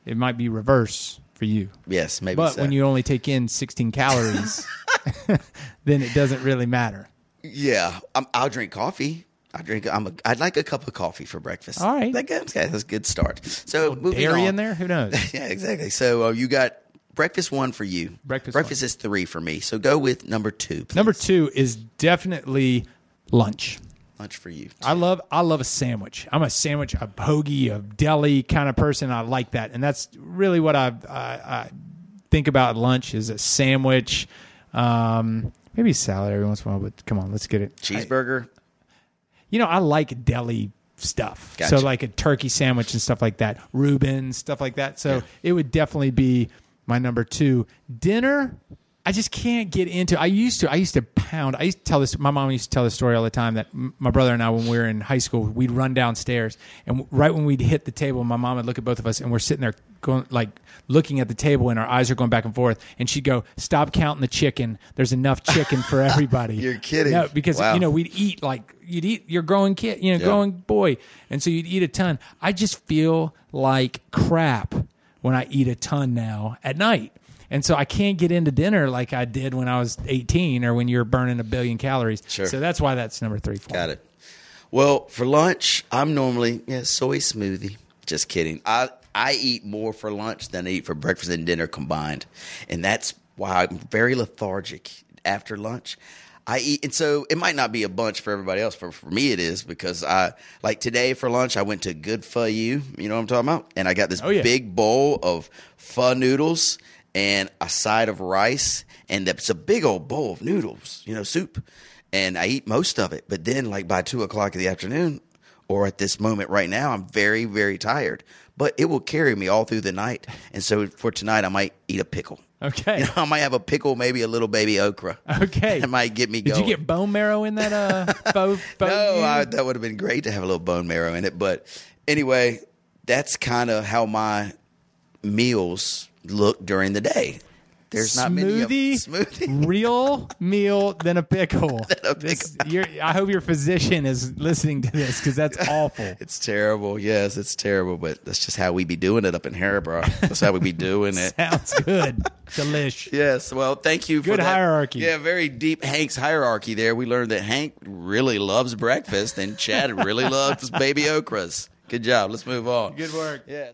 it might be reverse for you.
Yes. Maybe.
But
so.
when you only take in 16 calories, then it doesn't really matter.
yeah, i I'll drink coffee. I drink. I'm. A, I'd like a cup of coffee for breakfast.
All right.
That, that's, okay, that's a good start. So moving
Dairy
on.
in there? Who knows?
yeah, exactly. So uh, you got breakfast one for you.
Breakfast
Breakfast is three for me. So go with number two. please.
Number two is definitely lunch.
lunch for you.
I love I love a sandwich. I'm a sandwich, a hoagie, a deli kind of person. I like that, and that's really what I I, I think about at lunch is a sandwich, um, maybe salad every once in a while. But come on, let's get it.
Cheeseburger.
You know, I like deli stuff,
Gotcha.
so like a turkey sandwich and stuff like that, Reuben stuff like that. So it would definitely be my number two. Dinner. I just can't get into. I used to. I used to pound. I used to tell this. My mom used to tell this story all the time. That m- my brother and I, when we were in high school, we'd run downstairs, and w- right when we'd hit the table, my mom would look at both of us, and we're sitting there going like looking at the table, and our eyes are going back and forth. And she'd go, "Stop counting the chicken. There's enough chicken for everybody."
You're kidding.
No, because
Wow.
you know we'd eat like you'd eat your growing kid, you know,
Yeah.
growing boy, and so you'd eat a ton. I just feel like crap when I eat a ton now at night. And so I can't get into dinner like I did when I was 18 or when you were burning a billion calories.
Sure.
So that's why that's number three for me.
Got it. Well, for lunch, I'm normally yeah soy smoothie. Just kidding. I I eat more for lunch than I eat for breakfast and dinner combined, and that's why I'm very lethargic after lunch. I eat, and so it might not be a bunch for everybody else. For, for me, it is because I like today for lunch. I went to Good Pho You. You know what I'm talking about? And I got this
Oh, yeah.
big bowl of pho noodles and a side of rice, and it's a big old bowl of noodles, you know, soup. And I eat most of it, but then like by two o'clock in the afternoon, or at this moment right now, I'm very, very tired. But it will carry me all through the night, and so for tonight, I might eat a pickle.
Okay.
You know, I might have a pickle, maybe a little baby okra.
Okay.
that might get me
Did
going.
you get bone marrow in that uh bo- bo-
No, I, that would have been great to have a little bone marrow in it. But anyway, that's kind of how my meals look during the day. There's not many of-
smoothie,
smoothie.
real meal than a pickle.
a
This- you're- I hope your physician is listening to this because that's awful.
It's terrible. Yes, it's terrible. But that's just how we be doing it up in Haribo. That's how we be doing it.
Sounds good. Delish.
Yes. Well, thank you for
Good
that.
hierarchy.
Yeah, very deep Hank's hierarchy there. We learned that Hank really loves breakfast and Chad really loves baby okras. Good job. Let's move on.
Good work.
Yes.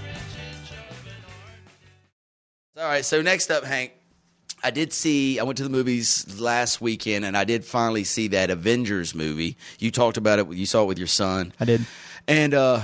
All right. So next up, Hank. I did see. I went to the movies last weekend, and I did finally see that Avengers movie. You talked about it. You saw it with your son.
I did.
And uh,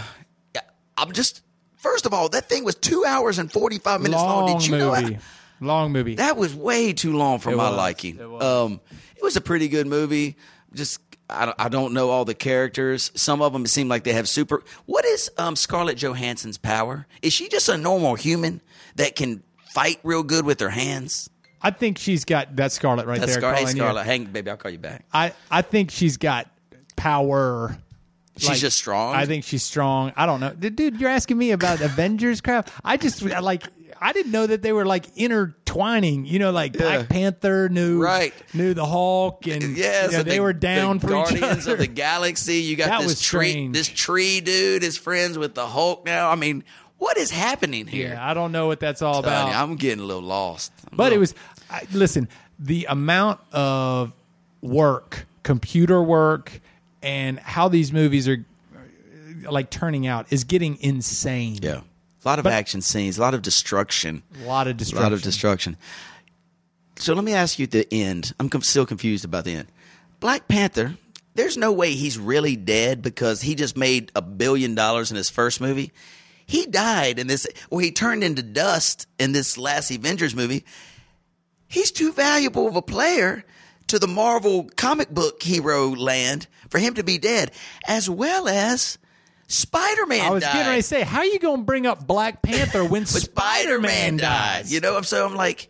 I'm just. First of all, that thing was two hours and forty five minutes long.
Long
Did you know?
movie.
how-
Long movie.
That was way too long for
It
my
was.
liking.
It
It
was.
was. Um, it was a pretty good movie. Just I don't, I don't know all the characters. Some of them seem like they have super. What is um, Scarlett Johansson's power? Is she just a normal human that can fight real good with her hands?
I think she's got that Scarlet right
That's
there.
Scar- hey,
calling you.
Scarlett, hang, baby, I'll call you back.
I, I think she's got power.
She's
Like,
just strong.
I think she's strong. I don't know, D- dude. You're asking me about Avengers crap. I just I like I didn't know that they were like intertwining. You know, like Black Panther knew
Right.
knew the Hulk, and
Yes,
you know,
and
they
the-
were down
the
for each
Guardians
other.
of the Galaxy. You got
That
this
was
tree.
strange.
This tree dude is friends with the Hulk now. I mean, what is happening here?
yeah, I don't know what that's all
Honey,
about.
I'm getting a little lost. I'm
But it
little-
was, I, listen, the amount of work, computer work, and how these movies are uh, like turning out is getting insane.
Yeah. A lot of action scenes, a lot of destruction.
A lot of
A
destruction.
lot of destruction. So let me ask you at the end. I'm com- still confused about the end. Black Panther, there's no way he's really dead because he just made a billion dollars in his first movie. He died in this, or he turned into dust in this last Avengers movie. He's too valuable of a player to the Marvel comic book hero land for him to be dead, as well as Spider Man
I was
died.
getting ready to say, how you going to bring up Black Panther when
But
Spider Man dies?
You know, I'm so I'm like,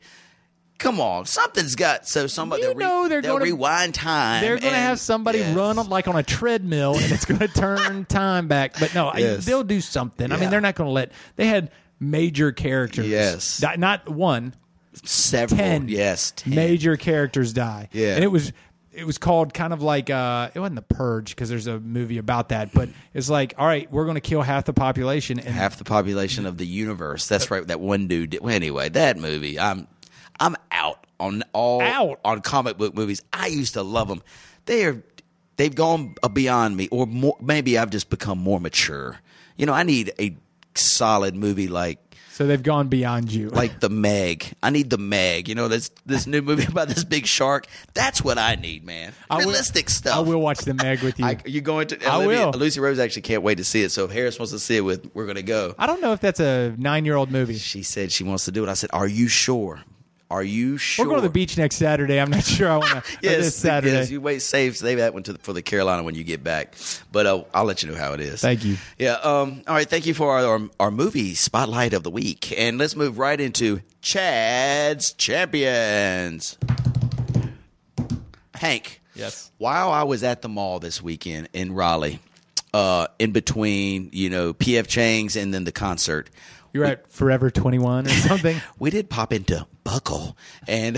come on, something's got so somebody.
You
they'll re-
know they're
they'll
gonna-
rewind time.
They're going to
and-
have somebody
Yes.
run on, like on a treadmill and it's going to turn time back. But no, I-
Yes.
they'll do something. I mean,
Yeah.
they're not going to let, they had major characters.
Yes.
Di- Not one,
several.
10
yes, 10.
major characters die.
Yeah.
And it was it was called kind of like uh it wasn't the purge because there's a movie about that, but it's like, all right, we're going to kill half the population and
half the population of the universe. That's right. That one dude. Did. Well, anyway, that movie. I'm I'm out on all
Out.
on comic book movies. I used to love them. They are they've gone uh, beyond me, or more, maybe I've just become more mature. You know, I need a solid movie like
so they've gone beyond you.
like the Meg. I need the Meg. You know this this new movie about this big shark. That's what I need, man.
I will-
Realistic stuff.
I will watch the Meg with you.
I,
I,
you going to?
I
Olivia-
will.
Lucy Rose actually can't wait to see it. So if Harris wants to see it with, we're gonna go.
don't know if that's a 9-year-old movie.
She said she wants to do it. I said, "Are you sure?" Are you sure?
We're going to the beach next Saturday. I'm not sure I want to.
Yes,
this Saturday.
yes, You wait, save, save that one to, for the Carolina when you get back. But uh, I'll let you know how it is.
Thank you.
Yeah. Um, all right. Thank you for our, our our movie spotlight of the week, and let's move right into Chad's champions. Hank.
Yes.
While I was at the mall this weekend in Raleigh, uh, in between you know PF Chang's and then the concert,
You're at Forever 21 or something.
we did pop into Buckle, and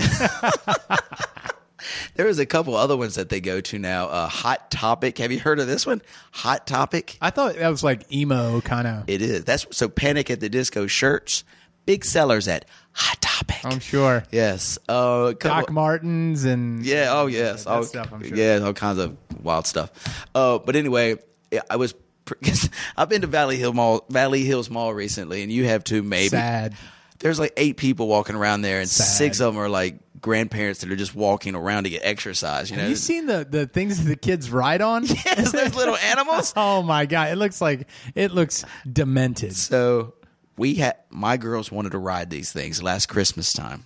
there was a couple other ones that they go to now. Uh, Hot Topic. Have you heard of this one? Hot Topic.
I thought that was like emo kind of.
It is. That's so. Panic at the Disco shirts, big sellers at Hot Topic.
I'm sure.
Yes. Uh, a couple-
Doc Martens and
yeah. Oh, yes.
that
all,
stuff, I'm sure.
Yeah, all kinds of wild stuff. Uh, but anyway, yeah, I was. pr- I've been to Valley Hill Mall, Valley Hills Mall recently, and you have too, maybe.
sad.
There's like eight people walking around there, and
Sad.
six of them are like grandparents that are just walking around to get exercise. You know,
Have you seen the the things that the kids ride on?
Yes, those little animals.
oh my god! It looks like it looks demented.
So we had my girls wanted to ride these things last Christmas time.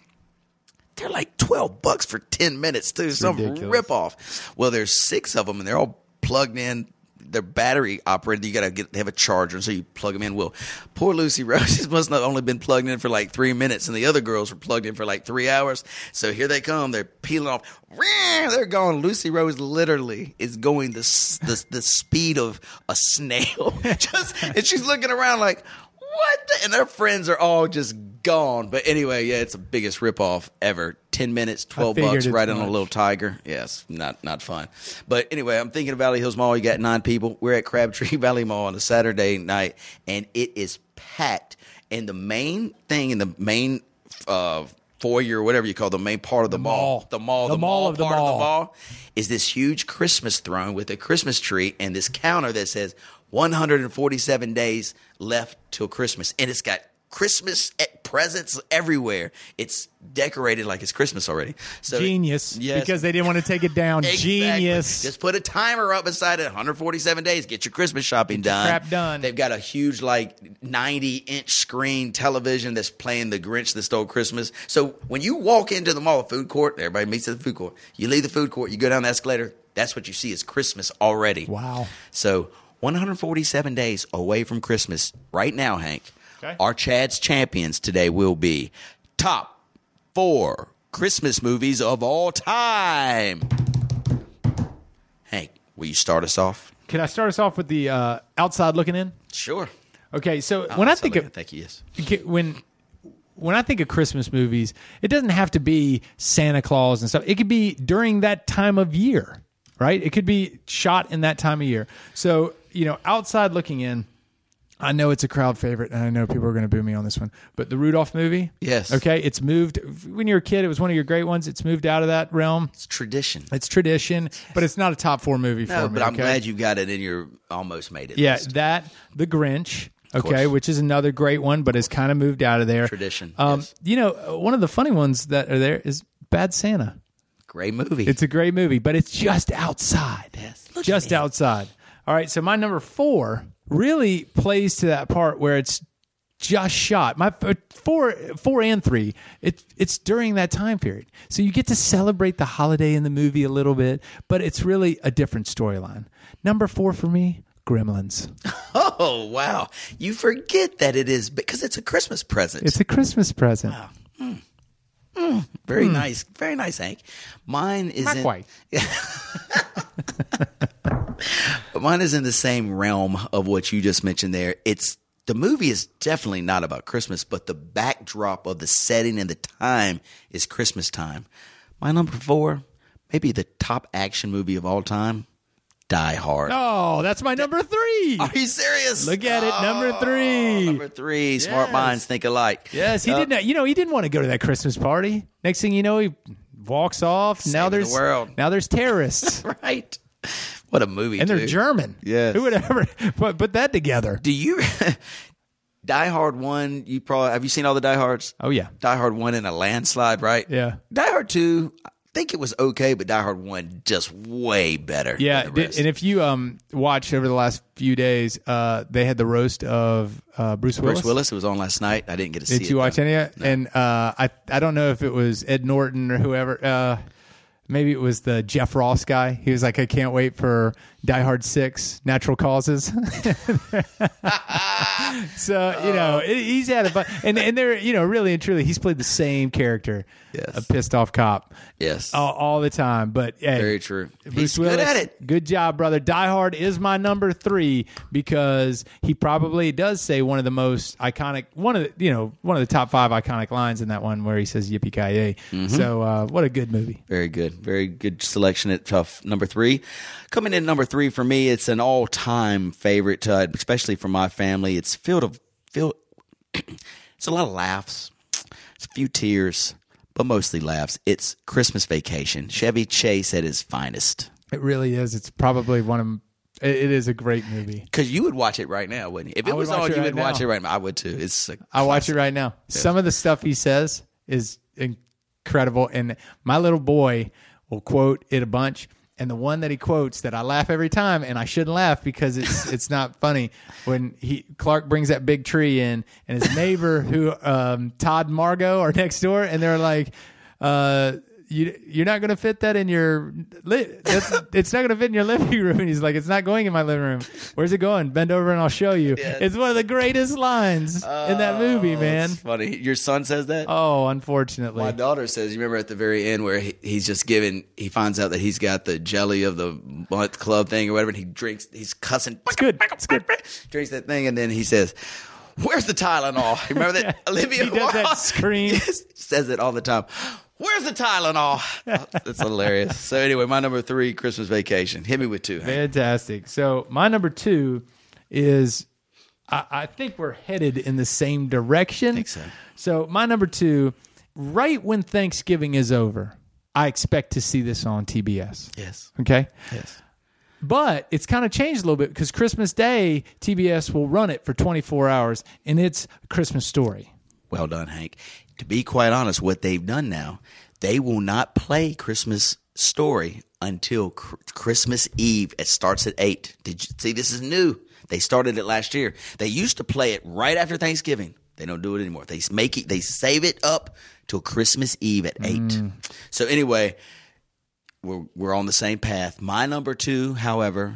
They're like twelve bucks for ten minutes too. Some
ridiculous.
ripoff. Well, there's six of them and they're all plugged in. They're battery operated. You gotta get they have a charger, so you plug them in. Well, poor Lucy Rose must have only been plugged in for like three minutes, and the other girls were plugged in for like three hours. So here they come. They're peeling off. Wah! They're gone. Lucy Rose literally is going the s- the, the speed of a snail. Just and she's looking around like, what? The? And their friends are all just gone. But anyway, yeah, it's the biggest ripoff ever. Ten minutes, twelve
figured
bucks,
it's
right on a
much.
little tiger. Yes, not not fun. But anyway, I'm thinking of Valley Hills Mall. You got nine people. We're at Crabtree Valley Mall on a Saturday night, and it is packed. And the main thing in the main uh, foyer, or whatever you call the main part of the, mall,
mall.
the mall,
The
the,
mall
mall,
of the
part of the
mall.
mall, is this huge Christmas throne with a Christmas tree and this counter that says 147 days left till Christmas, and it's got Christmas e- presents everywhere. It's decorated like it's Christmas already. So
Genius,
Yes.
because they didn't want to take it down.
Exactly.
Genius.
Just put a timer up beside it. 147 days. Get your Christmas shopping done.
crap done.
They've got a huge, like 90 inch screen television that's playing The Grinch That Stole Christmas. So when you walk into the mall, food court, everybody meets at the food court. You leave the food court, you go down the escalator. That's what you see is Christmas already.
Wow.
So 147 days away from Christmas right now, Hank. Our Chad's champions today will be top four Christmas movies of all time. Hank, will you start us off?
Can I start us off with the uh, outside looking in?
Sure.
Okay, so
Oh,
when I think of
thank you, yes.
Okay, when when I think of Christmas movies, it doesn't have to be Santa Claus and stuff. It could be during that time of year, right? It could be shot in that time of year. So, you know, outside looking in, I know it's a crowd favorite and I know people are going to boo me on this one, but the Rudolph movie?
Yes.
Okay, it's moved when you were a kid, it was one of your great ones. It's moved out of that realm.
It's tradition.
It's tradition, but it's not a top 4 movie
No,
for me.
but I'm
okay?
glad you got it in your almost made it.
Yeah,
list.
that the Grinch. Okay,
course.
which is another great one, but has kind of moved out of there.
Tradition,
Um,
yes.
You know, uh, one of the funny ones that are there is Bad Santa.
Great movie.
It's a great movie, but it's just outside. Yes, just outside. All right, so my number four really plays to that part where it's just shot. My f- four, four and three. It's it's during that time period, so you get to celebrate the holiday in the movie a little bit, but it's really a different storyline. Number four for me, Gremlins.
oh, wow. You forget that it is because it's a Christmas present.
It's a Christmas present.
Very nice. Very nice, Hank. Mine is
hmm. Not
in,
quite.
Mine is in the same realm of what you just mentioned there. It's the movie is definitely not about Christmas, but the backdrop of the setting and the time is Christmas time. My number four, maybe the top action movie of all time, Die Hard.
Oh, that's my number three.
Are you serious?
Look at it, number three.
Number three, smart
Yes.
minds think alike.
Yes, he didn't. You know, he didn't want to go to that Christmas party. Next thing you know, he walks off. Now
Saving the
there's
world.
now there's terrorists,
Right. What a movie.
and they're
dude.
German.
Yes.
who would ever put put that together?
Do you Die Hard One? You probably have you seen all the Die Hards?
Oh yeah,
Die Hard One in a landslide, right?
Yeah.
Die Hard Two, think it was okay, but Die Hard One just way better.
Yeah,
than
di-
the rest.
and if you um watch over the last few days, uh, they had the roast of uh, Bruce Willis.
Bruce Willis it was on last night. I didn't get to see
Did
it.
you watch
though.
any of it? And uh, I I don't know if it was Ed Norton or whoever. Uh, maybe it was the Jeff Ross guy. He was like, I can't wait for Die Hard Six: Natural Causes. so you know
Oh.
it, he's had a bu- and and they're you know really and truly he's played the same character,
Yes.
a pissed off cop.
Yes.
all, all the time. But hey,
Very true.
Bruce
He's
Willis,
good at it.
Good job, brother. Die Hard is my number three because he probably does say one of the most iconic, one of the, you know one of the top five iconic lines in that one where he says "Yippee ki yay."
Mm-hmm.
So uh, what a good movie.
Very good. Very good selection at tough number three. Coming in at number three for me, it's an all time favorite, uh, especially for my family. It's filled of filled. it's a lot of laughs. It's a few tears, but mostly laughs. It's Christmas Vacation. Chevy Chase at his finest.
It really is. It's probably one of. It, it is a great movie.
Because you would watch it right now, wouldn't you? If
I
it
would
was
watch
on,
it
you
right
would watch
now.
it right now. I would too. It's a
I watch
classic.
it right now. Some of the stuff he says is incredible, and my little boy will quote it a bunch. And the one that he quotes that I laugh every time, and I shouldn't laugh because it's it's not funny when he Clark brings that big tree in, and his neighbor who um, Todd and Margot are next door, and they're like. Uh, you, you're not going to fit that in your li- that's, it's not going to fit in your living room and he's like it's not going in my living room where's it going bend over and i'll show you it's one of the greatest lines in that movie man
It's funny. Your son says that?
oh unfortunately
My daughter says, you remember at the very end where he, he's just given, he finds out that he's got the jelly of the month club thing or whatever, and he drinks, he's cussing,
it's good it's good
drinks that thing, and then he says, Where's the Tylenol? You remember that? Olivia
He does that
Wilde
scream.
yes, says it all the time. Where's the Tylenol? Oh, That's hilarious. So, anyway, my number three, Christmas vacation. Hit me with two. Hank.
fantastic so my number two is I, I think we're headed in the same direction
think so.
so my number two right when thanksgiving is over i expect to see this on tbs
Yes.
okay
Yes.
But it's kind of changed a little bit because Christmas Day, TBS will run it for 24 hours, and it's a Christmas story.
Well done, Hank. To be quite honest, what they've done now, they will not play Christmas Story until cr- Christmas Eve. It starts at eight. Did you see? This is new. They started it last year. They used to play it right after Thanksgiving. They don't do it anymore. They s- make it. They save it up till Christmas Eve at eight. So anyway, we're we're on the same path. My number two, however,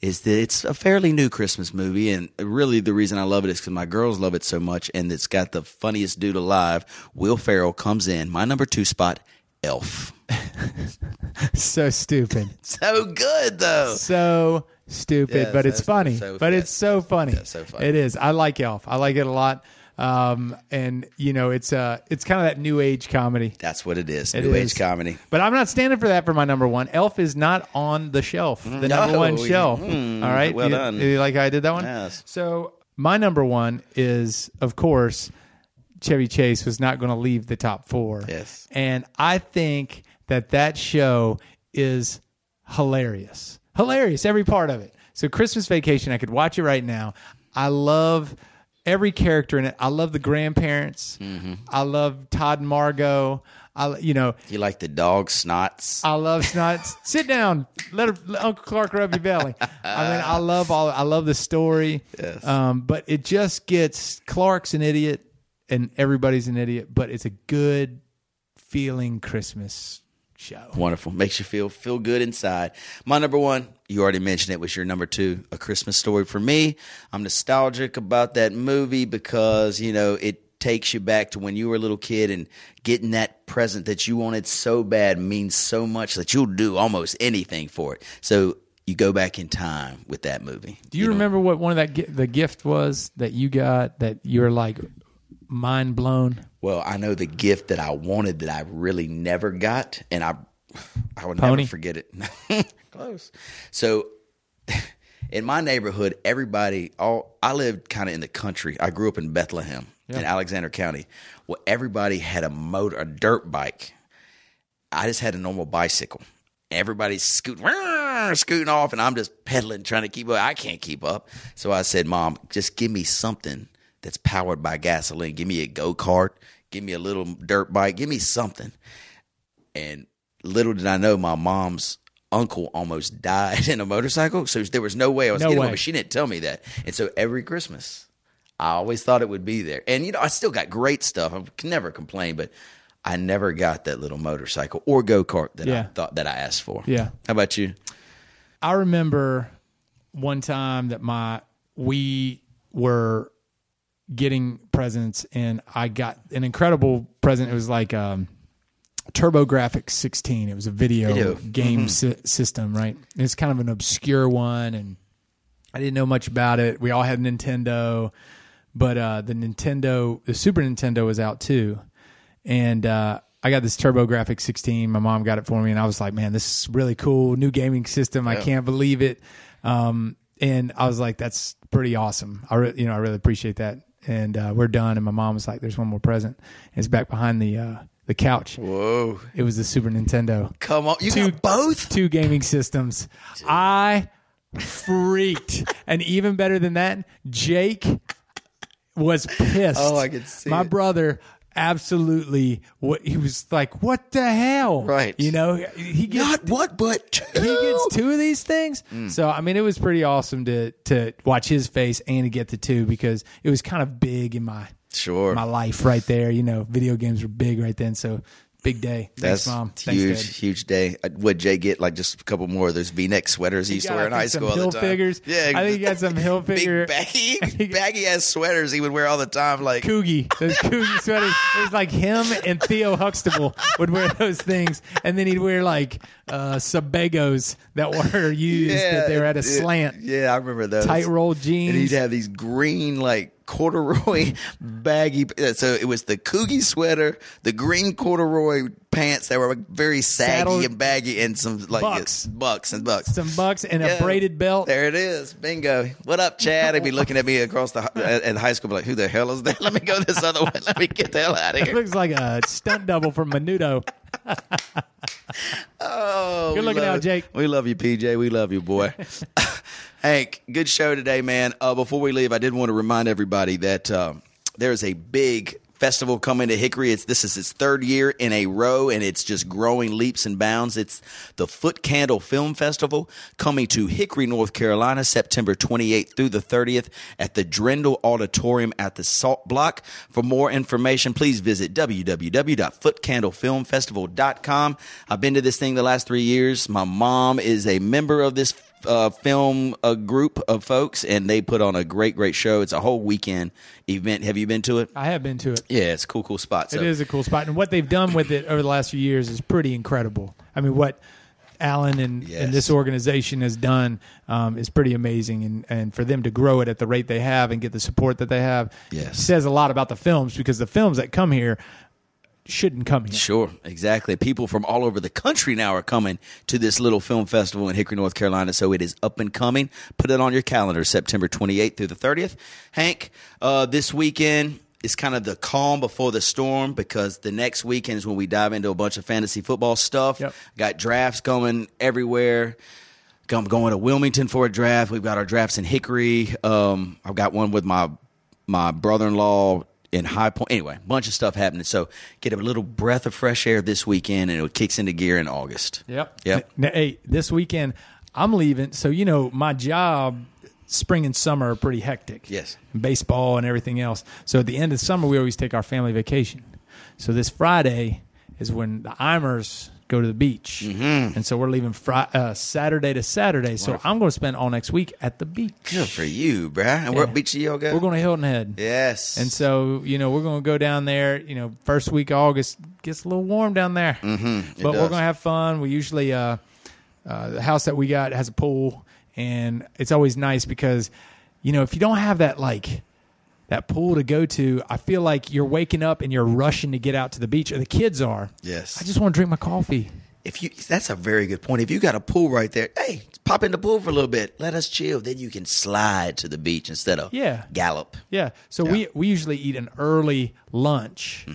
is that it's a fairly new Christmas movie, and really the reason I love it is because my girls love it so much, and it's got the funniest dude alive. Will Ferrell comes in my number two spot, Elf.
So stupid.
So good though.
so stupid,
Yes,
but it's
that's-
funny.
so-
but
yes,
it's so funny.
that's so funny.
It is. I like Elf. I like it a lot. Um, and you know, it's uh it's kind of that new age comedy.
That's what it is.
It
new
is.
age comedy.
But I'm not standing for that for my number one. Elf is not on the shelf, the number one
you-
shelf.
mm,
All right.
well
You-
done.
you like how I did that one?
Yes.
So my number one is, of course, Chevy Chase was not going to leave the top four.
Yes.
And I think that that show is hilarious. Hilarious, every part of it. So Christmas Vacation, I could watch it right now. I love every character in it. I love the grandparents. I love Todd and Margot. I, you know,
You like the dog snots?
I love snot. Sit down. Let, her, let Uncle Clark rub your belly. I mean, I love all. I love the story. Yes. Um, but it just gets Clark's an idiot and everybody's an idiot. But it's a good feeling Christmas show.
Wonderful. Makes you feel feel good inside. My number one, you already mentioned it, was your number two, A Christmas Story. For me, I'm nostalgic about that movie because, you know, it takes you back to when you were a little kid and getting that present that you wanted so bad means so much that you'll do almost anything for it. So you go back in time with that movie.
Do you, remember what one of that gi- the gift was that you got that you're like mind blown?
Well, I know the gift that I wanted that I really never got, and I I will
Pony?
never forget it. Close. So in my neighborhood, everybody all I lived kind of in the country. I grew up in Bethlehem in Alexander County. Well, everybody had a motor a dirt bike. I just had a normal bicycle. Everybody's scooting, "Rrrr," scooting off, and I'm just pedaling, trying to keep up. I can't keep up. So I said, Mom, just give me something that's powered by gasoline. Give me a go kart. Give me a little dirt bike. Give me something. And little did I know my mom's uncle almost died in a motorcycle. So there was no way I was
No
getting
way.
one, but she didn't tell me that. And so every Christmas, I always thought it would be there. And, you know, I still got great stuff. I can never complain, but I never got that little motorcycle or go kart that
Yeah.
I thought that I asked for.
Yeah.
How about you?
I remember one time that my we were getting presents and I got an incredible present. It was like um TurboGrafx 16. It was a video,
Video.
game sy- system, right? And It's kind of an obscure one and I didn't know much about it. We all had Nintendo, but uh the Nintendo, the Super Nintendo was out too. And uh I got this TurboGrafx 16. My mom got it for me and I was like, "Man, this is really cool. New gaming system. I can't believe it." Um, and I was like, "That's pretty awesome. I, re- you know, I really appreciate that." And uh, we're done. And my mom was like, "There's one more present." And it's back behind the uh, the couch.
Whoa.
It was the Super Nintendo.
Come on. You got both?
Two gaming systems. I freaked, and even better than that, Jake was pissed.
Oh, I could see
my
it.
brother. Absolutely, what he was like? What the hell?
Right.
You know, he gets
Not Mm. what, but two.
he gets two of these things. So I mean, it was pretty awesome to to watch his face and to get the two because it was kind of big in my
Sure.
my life right there. You know, video games were big right then, so big day.
That's
Thanks, mom. Thanks,
huge,
Dad.
huge day. Uh, Would Jay get like just a couple more of those V-neck sweaters he used to
got,
wear in
I
high
think, some
school all
Hill
the time?
Figures.
Yeah,
I think he got some Hill Figure-
big baggy, baggy ass sweaters he would wear all the time. Like
Coogie, those Coogie sweaters. It was like him and Theo Huxtable would wear those things, and then he'd wear like uh, Sabegos that were used that they were at a
yeah,
slant,
Yeah, I remember those
tight rolled jeans.
And he'd have these green like corduroy baggy. uh, So it was the Coogie sweater, the green corduroy pants that were like, very saggy
Saddle-
and baggy, and some like
Bucks.
uh, bucks and bucks.
some bucks and
Yeah.
a braided belt.
There it is. Bingo. What up, Chad? He'd be looking at me across the at, at high school, be like, who the hell is that? Let me go this other way. Let me get the hell out of
It
here.
looks like a stunt double from Menudo.
Oh,
Good
we
looking
love
out,
it.
Jake.
We love you, PJ. We love you, boy. Hank, good show today, man. Uh, before we leave, I did want to remind everybody that uh, there is a big festival coming to Hickory. It's this is its third year in a row, and it's just growing leaps and bounds. It's the Foot Candle Film Festival coming to Hickory, North Carolina, September 28th through the 30th at the Drendel Auditorium at the Salt Block. For more information, please visit www.footcandlefilmfestival.com. I've been to this thing the last three years. My mom is a member of this uh, film a group of folks, and they put on a great, great show. It's a whole weekend event. Have you been to it?
I have been to it.
Yeah, it's a cool, cool spot. So
Uh, It is a cool spot, and what they've done with it over the last few years is pretty incredible. I mean, what Allen and,
Yes.
and this organization has done um, is pretty amazing, and, and for them to grow it at the rate they have and get the support that they have
Yes.
says a lot about the films because the films that come here shouldn't come here.
Sure, exactly. People from all over the country now are coming to this little film festival in Hickory, North Carolina. So it is up and coming. Put it on your calendar, September 28th through the 30th. Hank, uh, this weekend is kind of the calm before the storm because the next weekend is when we dive into a bunch of fantasy football stuff.
Yep.
Got drafts going everywhere. I'm going to Wilmington for a draft. We've got our drafts in Hickory. Um, I've got one with my my brother in law in High Point. Anyway, bunch of stuff happening. So get a little breath of fresh air this weekend, and it kicks into gear in August.
Yep.
Yep.
Now, hey, this weekend I'm leaving, so you know my job, spring and summer are pretty hectic.
Yes.
Baseball and everything else. So at the end of summer, we always take our family vacation. So this Friday is when the Imers go to the beach,
Mm-hmm.
and so we're leaving fri- uh, Saturday to Saturday. So I'm going to spend all next week at the beach.
Good for you, bruh. And what beach do y'all go?
We're going to Hilton Head.
Yes.
And so, you know, we're going to go down there. You know, first week of August gets a little warm down there, mm-hmm, but we're
does.
going to have fun. We usually, uh, uh, the house that we got has a pool, and it's always nice because, you know, if you don't have that like that pool to go to, I feel like you're waking up and you're rushing to get out to the beach, or the kids are.
Yes.
I just want to drink my coffee.
if you that's a very good point. If you got a pool right there, hey, pop in the pool for a little bit. Let us chill. Then you can slide to the beach instead of
Yeah.
gallop.
Yeah. So we we usually eat an early lunch.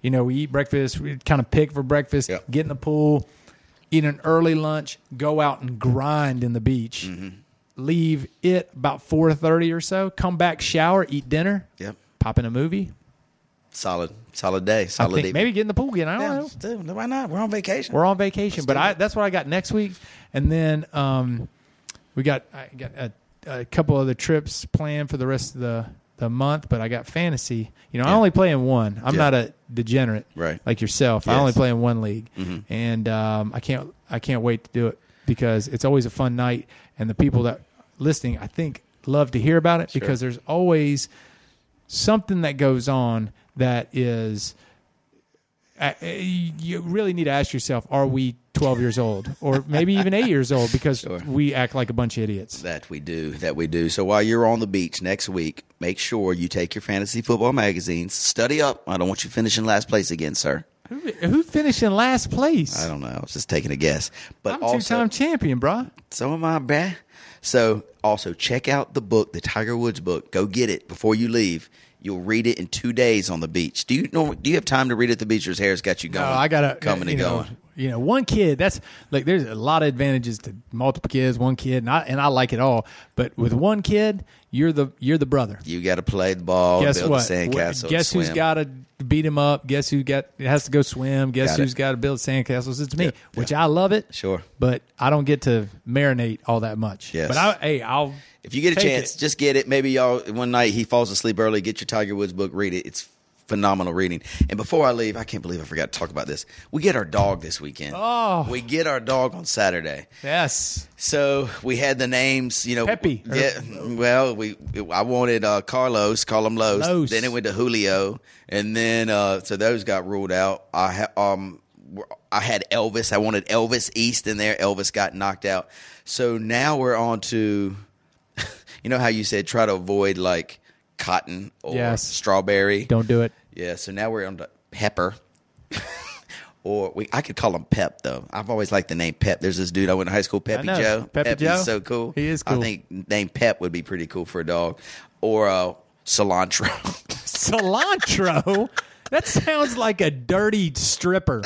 You know, we eat breakfast. We kind of pick for breakfast.
Mm-hmm. Yeah.
Get in the pool, eat an early lunch, go out and grind in the beach.
Mm-hmm.
Leave it about four thirty or so. Come back, shower, eat dinner.
Yep.
Pop in a movie.
Solid, solid day,
I
solid
think
day.
maybe get in the pool again. I don't
yeah,
know.
dude, why not? We're on vacation.
We're on vacation, but
do
I,
it.
that's what I got next week, and then um, we got I got a, a couple other trips planned for the rest of the the month. But I got fantasy. You know, I only play in one. I'm
Yeah.
not a degenerate,
Right.
Like yourself, I
Yes. Mm-hmm.
only play in one league, and um, I can't I can't wait to do it because it's always a fun night, and the people that listening, I think, love to hear about it because there's always something that goes on that is uh, you really need to ask yourself are we 12 years old or maybe even 8 years old because we act like a bunch of idiots
That we do. That we do. So while you're on the beach next week, make sure you take your fantasy football magazines. Study up. I don't want you finishing last place again, sir.
who, who finished in last place
I don't know. I was just taking a guess. But
i'm
also,
two-time champion bruh
so am I, bruh. So also check out the book, the Tiger Woods book. Go get it before you leave. You'll read it in two days on the beach. Do you know? Do you have time to read at the beach? Or his hair's got you going.
No, Oh, I gotta
coming
you
and
know,
going.
You know, one kid. That's like there's a lot of advantages to multiple kids, one kid, and I and I like it all. But with one kid, you're the you're the brother.
You got to play the ball.
Guess
build
what?
The sandcastle.
Guess who's
swim.
got to beat him up? Guess who got has to go swim? Guess
Got it.
who's got to build sandcastles? It's me, which I love it.
Sure.
but I don't get to marinate all that much.
Yes.
but I, hey, I'll
If you get a
take
chance,
it.
just get it. Maybe y'all one night he falls asleep early. Get your Tiger Woods book, read it. It's phenomenal reading. And before I leave, I can't believe I forgot to talk about this. We get our dog this weekend.
Oh.
we get our dog on Saturday.
yes,
So we had the names, you know.
Pepe, or-
Yeah. Well, we I wanted uh, Carlos, call him Los.
Los.
Then it went to Julio, and then uh, so those got ruled out. I ha- um I had Elvis. I wanted Elvis East in there. Elvis got knocked out. So now we're on to, you know how you said try to avoid like cotton or
Yes.
strawberry.
don't do it.
Yeah, so now we're on to Pepper. or we I could call him Pep though. I've always liked the name Pep. There's this dude I went to high school, Peppy
know.
Joe.
Peppy
Peppy's
Joe.
so cool.
He is
I
cool.
think name Pep would be pretty cool for a dog. Or uh cilantro.
Cilantro. That sounds like a dirty stripper.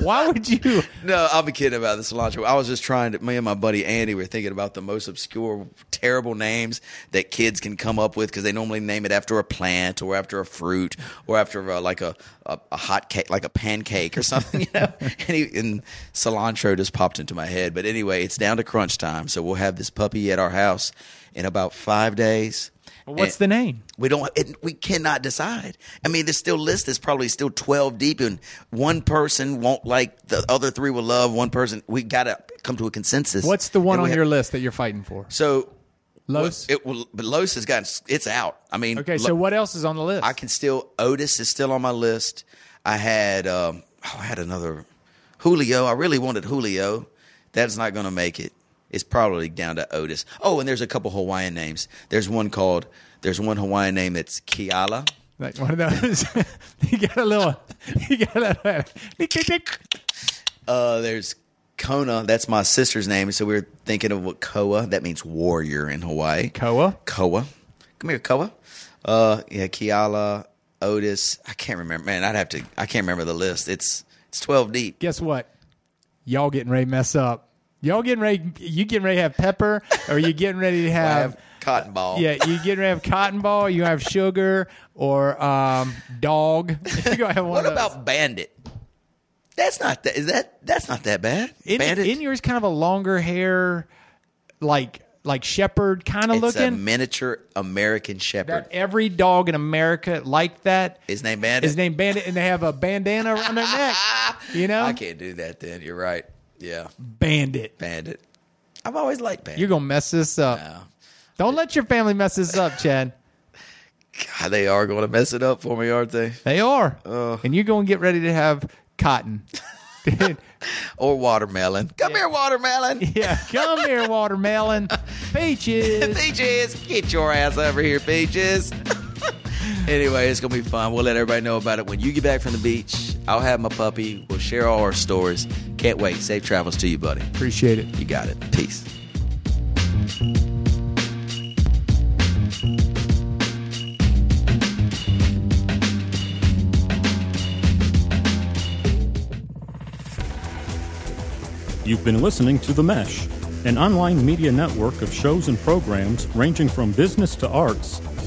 Why would you?
no, I'll be kidding about the cilantro. I was just trying to me and my buddy Andy were thinking about the most obscure, terrible names that kids can come up with because they normally name it after a plant or after a fruit or after uh like a, a, a hot cake like a pancake or something, you know. and, he, and cilantro just popped into my head. But anyway, it's down to crunch time. So we'll have this puppy at our house in about five days.
What's
And-
the name?
we don't. It, we cannot decide. I mean, this still list is probably still twelve deep, and one person won't like the other three will love one person. We gotta come to a consensus.
What's the one
And we
on
have-
your list that you're fighting for?
So
Los.
It will. But Los has got. It's out. I mean.
okay,
Lo-
so what else is on the list?
I can still. Otis is still on my list. I had. Um, oh, I had another. Julio. I really wanted Julio. That's not going to make it. It's probably down to Otis. Oh, and there's a couple Hawaiian names. There's one called. There's one Hawaiian name that's Kiala.
like one of those. you got a little. You got a.
Uh, there's Kona. That's my sister's name. So we were thinking of what Koa. That means warrior in Hawaii.
Koa?
Koa. Come here, Koa. Uh, yeah, Kiala, Otis. I can't remember. Man, I'd have to. I can't remember the list. It's it's twelve deep.
Guess what? Y'all getting ready to mess up. Y'all getting ready. You getting ready to have pepper, or you getting ready to
I
have?
have cotton ball.
Yeah, you getting ready to have cotton ball. You have sugar or um, dog. You gonna have one
What
of those.
about Bandit? That's not that. Is that that's not that bad?
In,
Bandit.
in yours, kind of a longer hair, like like shepherd kind of
it's a
looking.
miniature American Shepherd.
That every dog in America like that
His name Bandit.
is named Bandit, and they have a bandana around their neck. You know,
I can't do that. Then you're right. Yeah,
Bandit.
Bandit. I've always liked Bandit.
You're gonna mess this up. Don't let your family mess this up, Chad.
God, they are going to mess it up for me, aren't they?
They are, and you're gonna get ready to have cotton.
Or watermelon. Come here, watermelon.
yeah, come here, watermelon, peaches.
Peaches, get your ass over here, Peaches. anyway, it's going to be fun. We'll let everybody know about it when you get back from the beach. I'll have my puppy. We'll share all our stories. Can't wait. Safe travels to you, buddy.
Appreciate it.
You got it. Peace.
You've been listening to The Mesh, an online media network of shows and programs ranging from business to arts,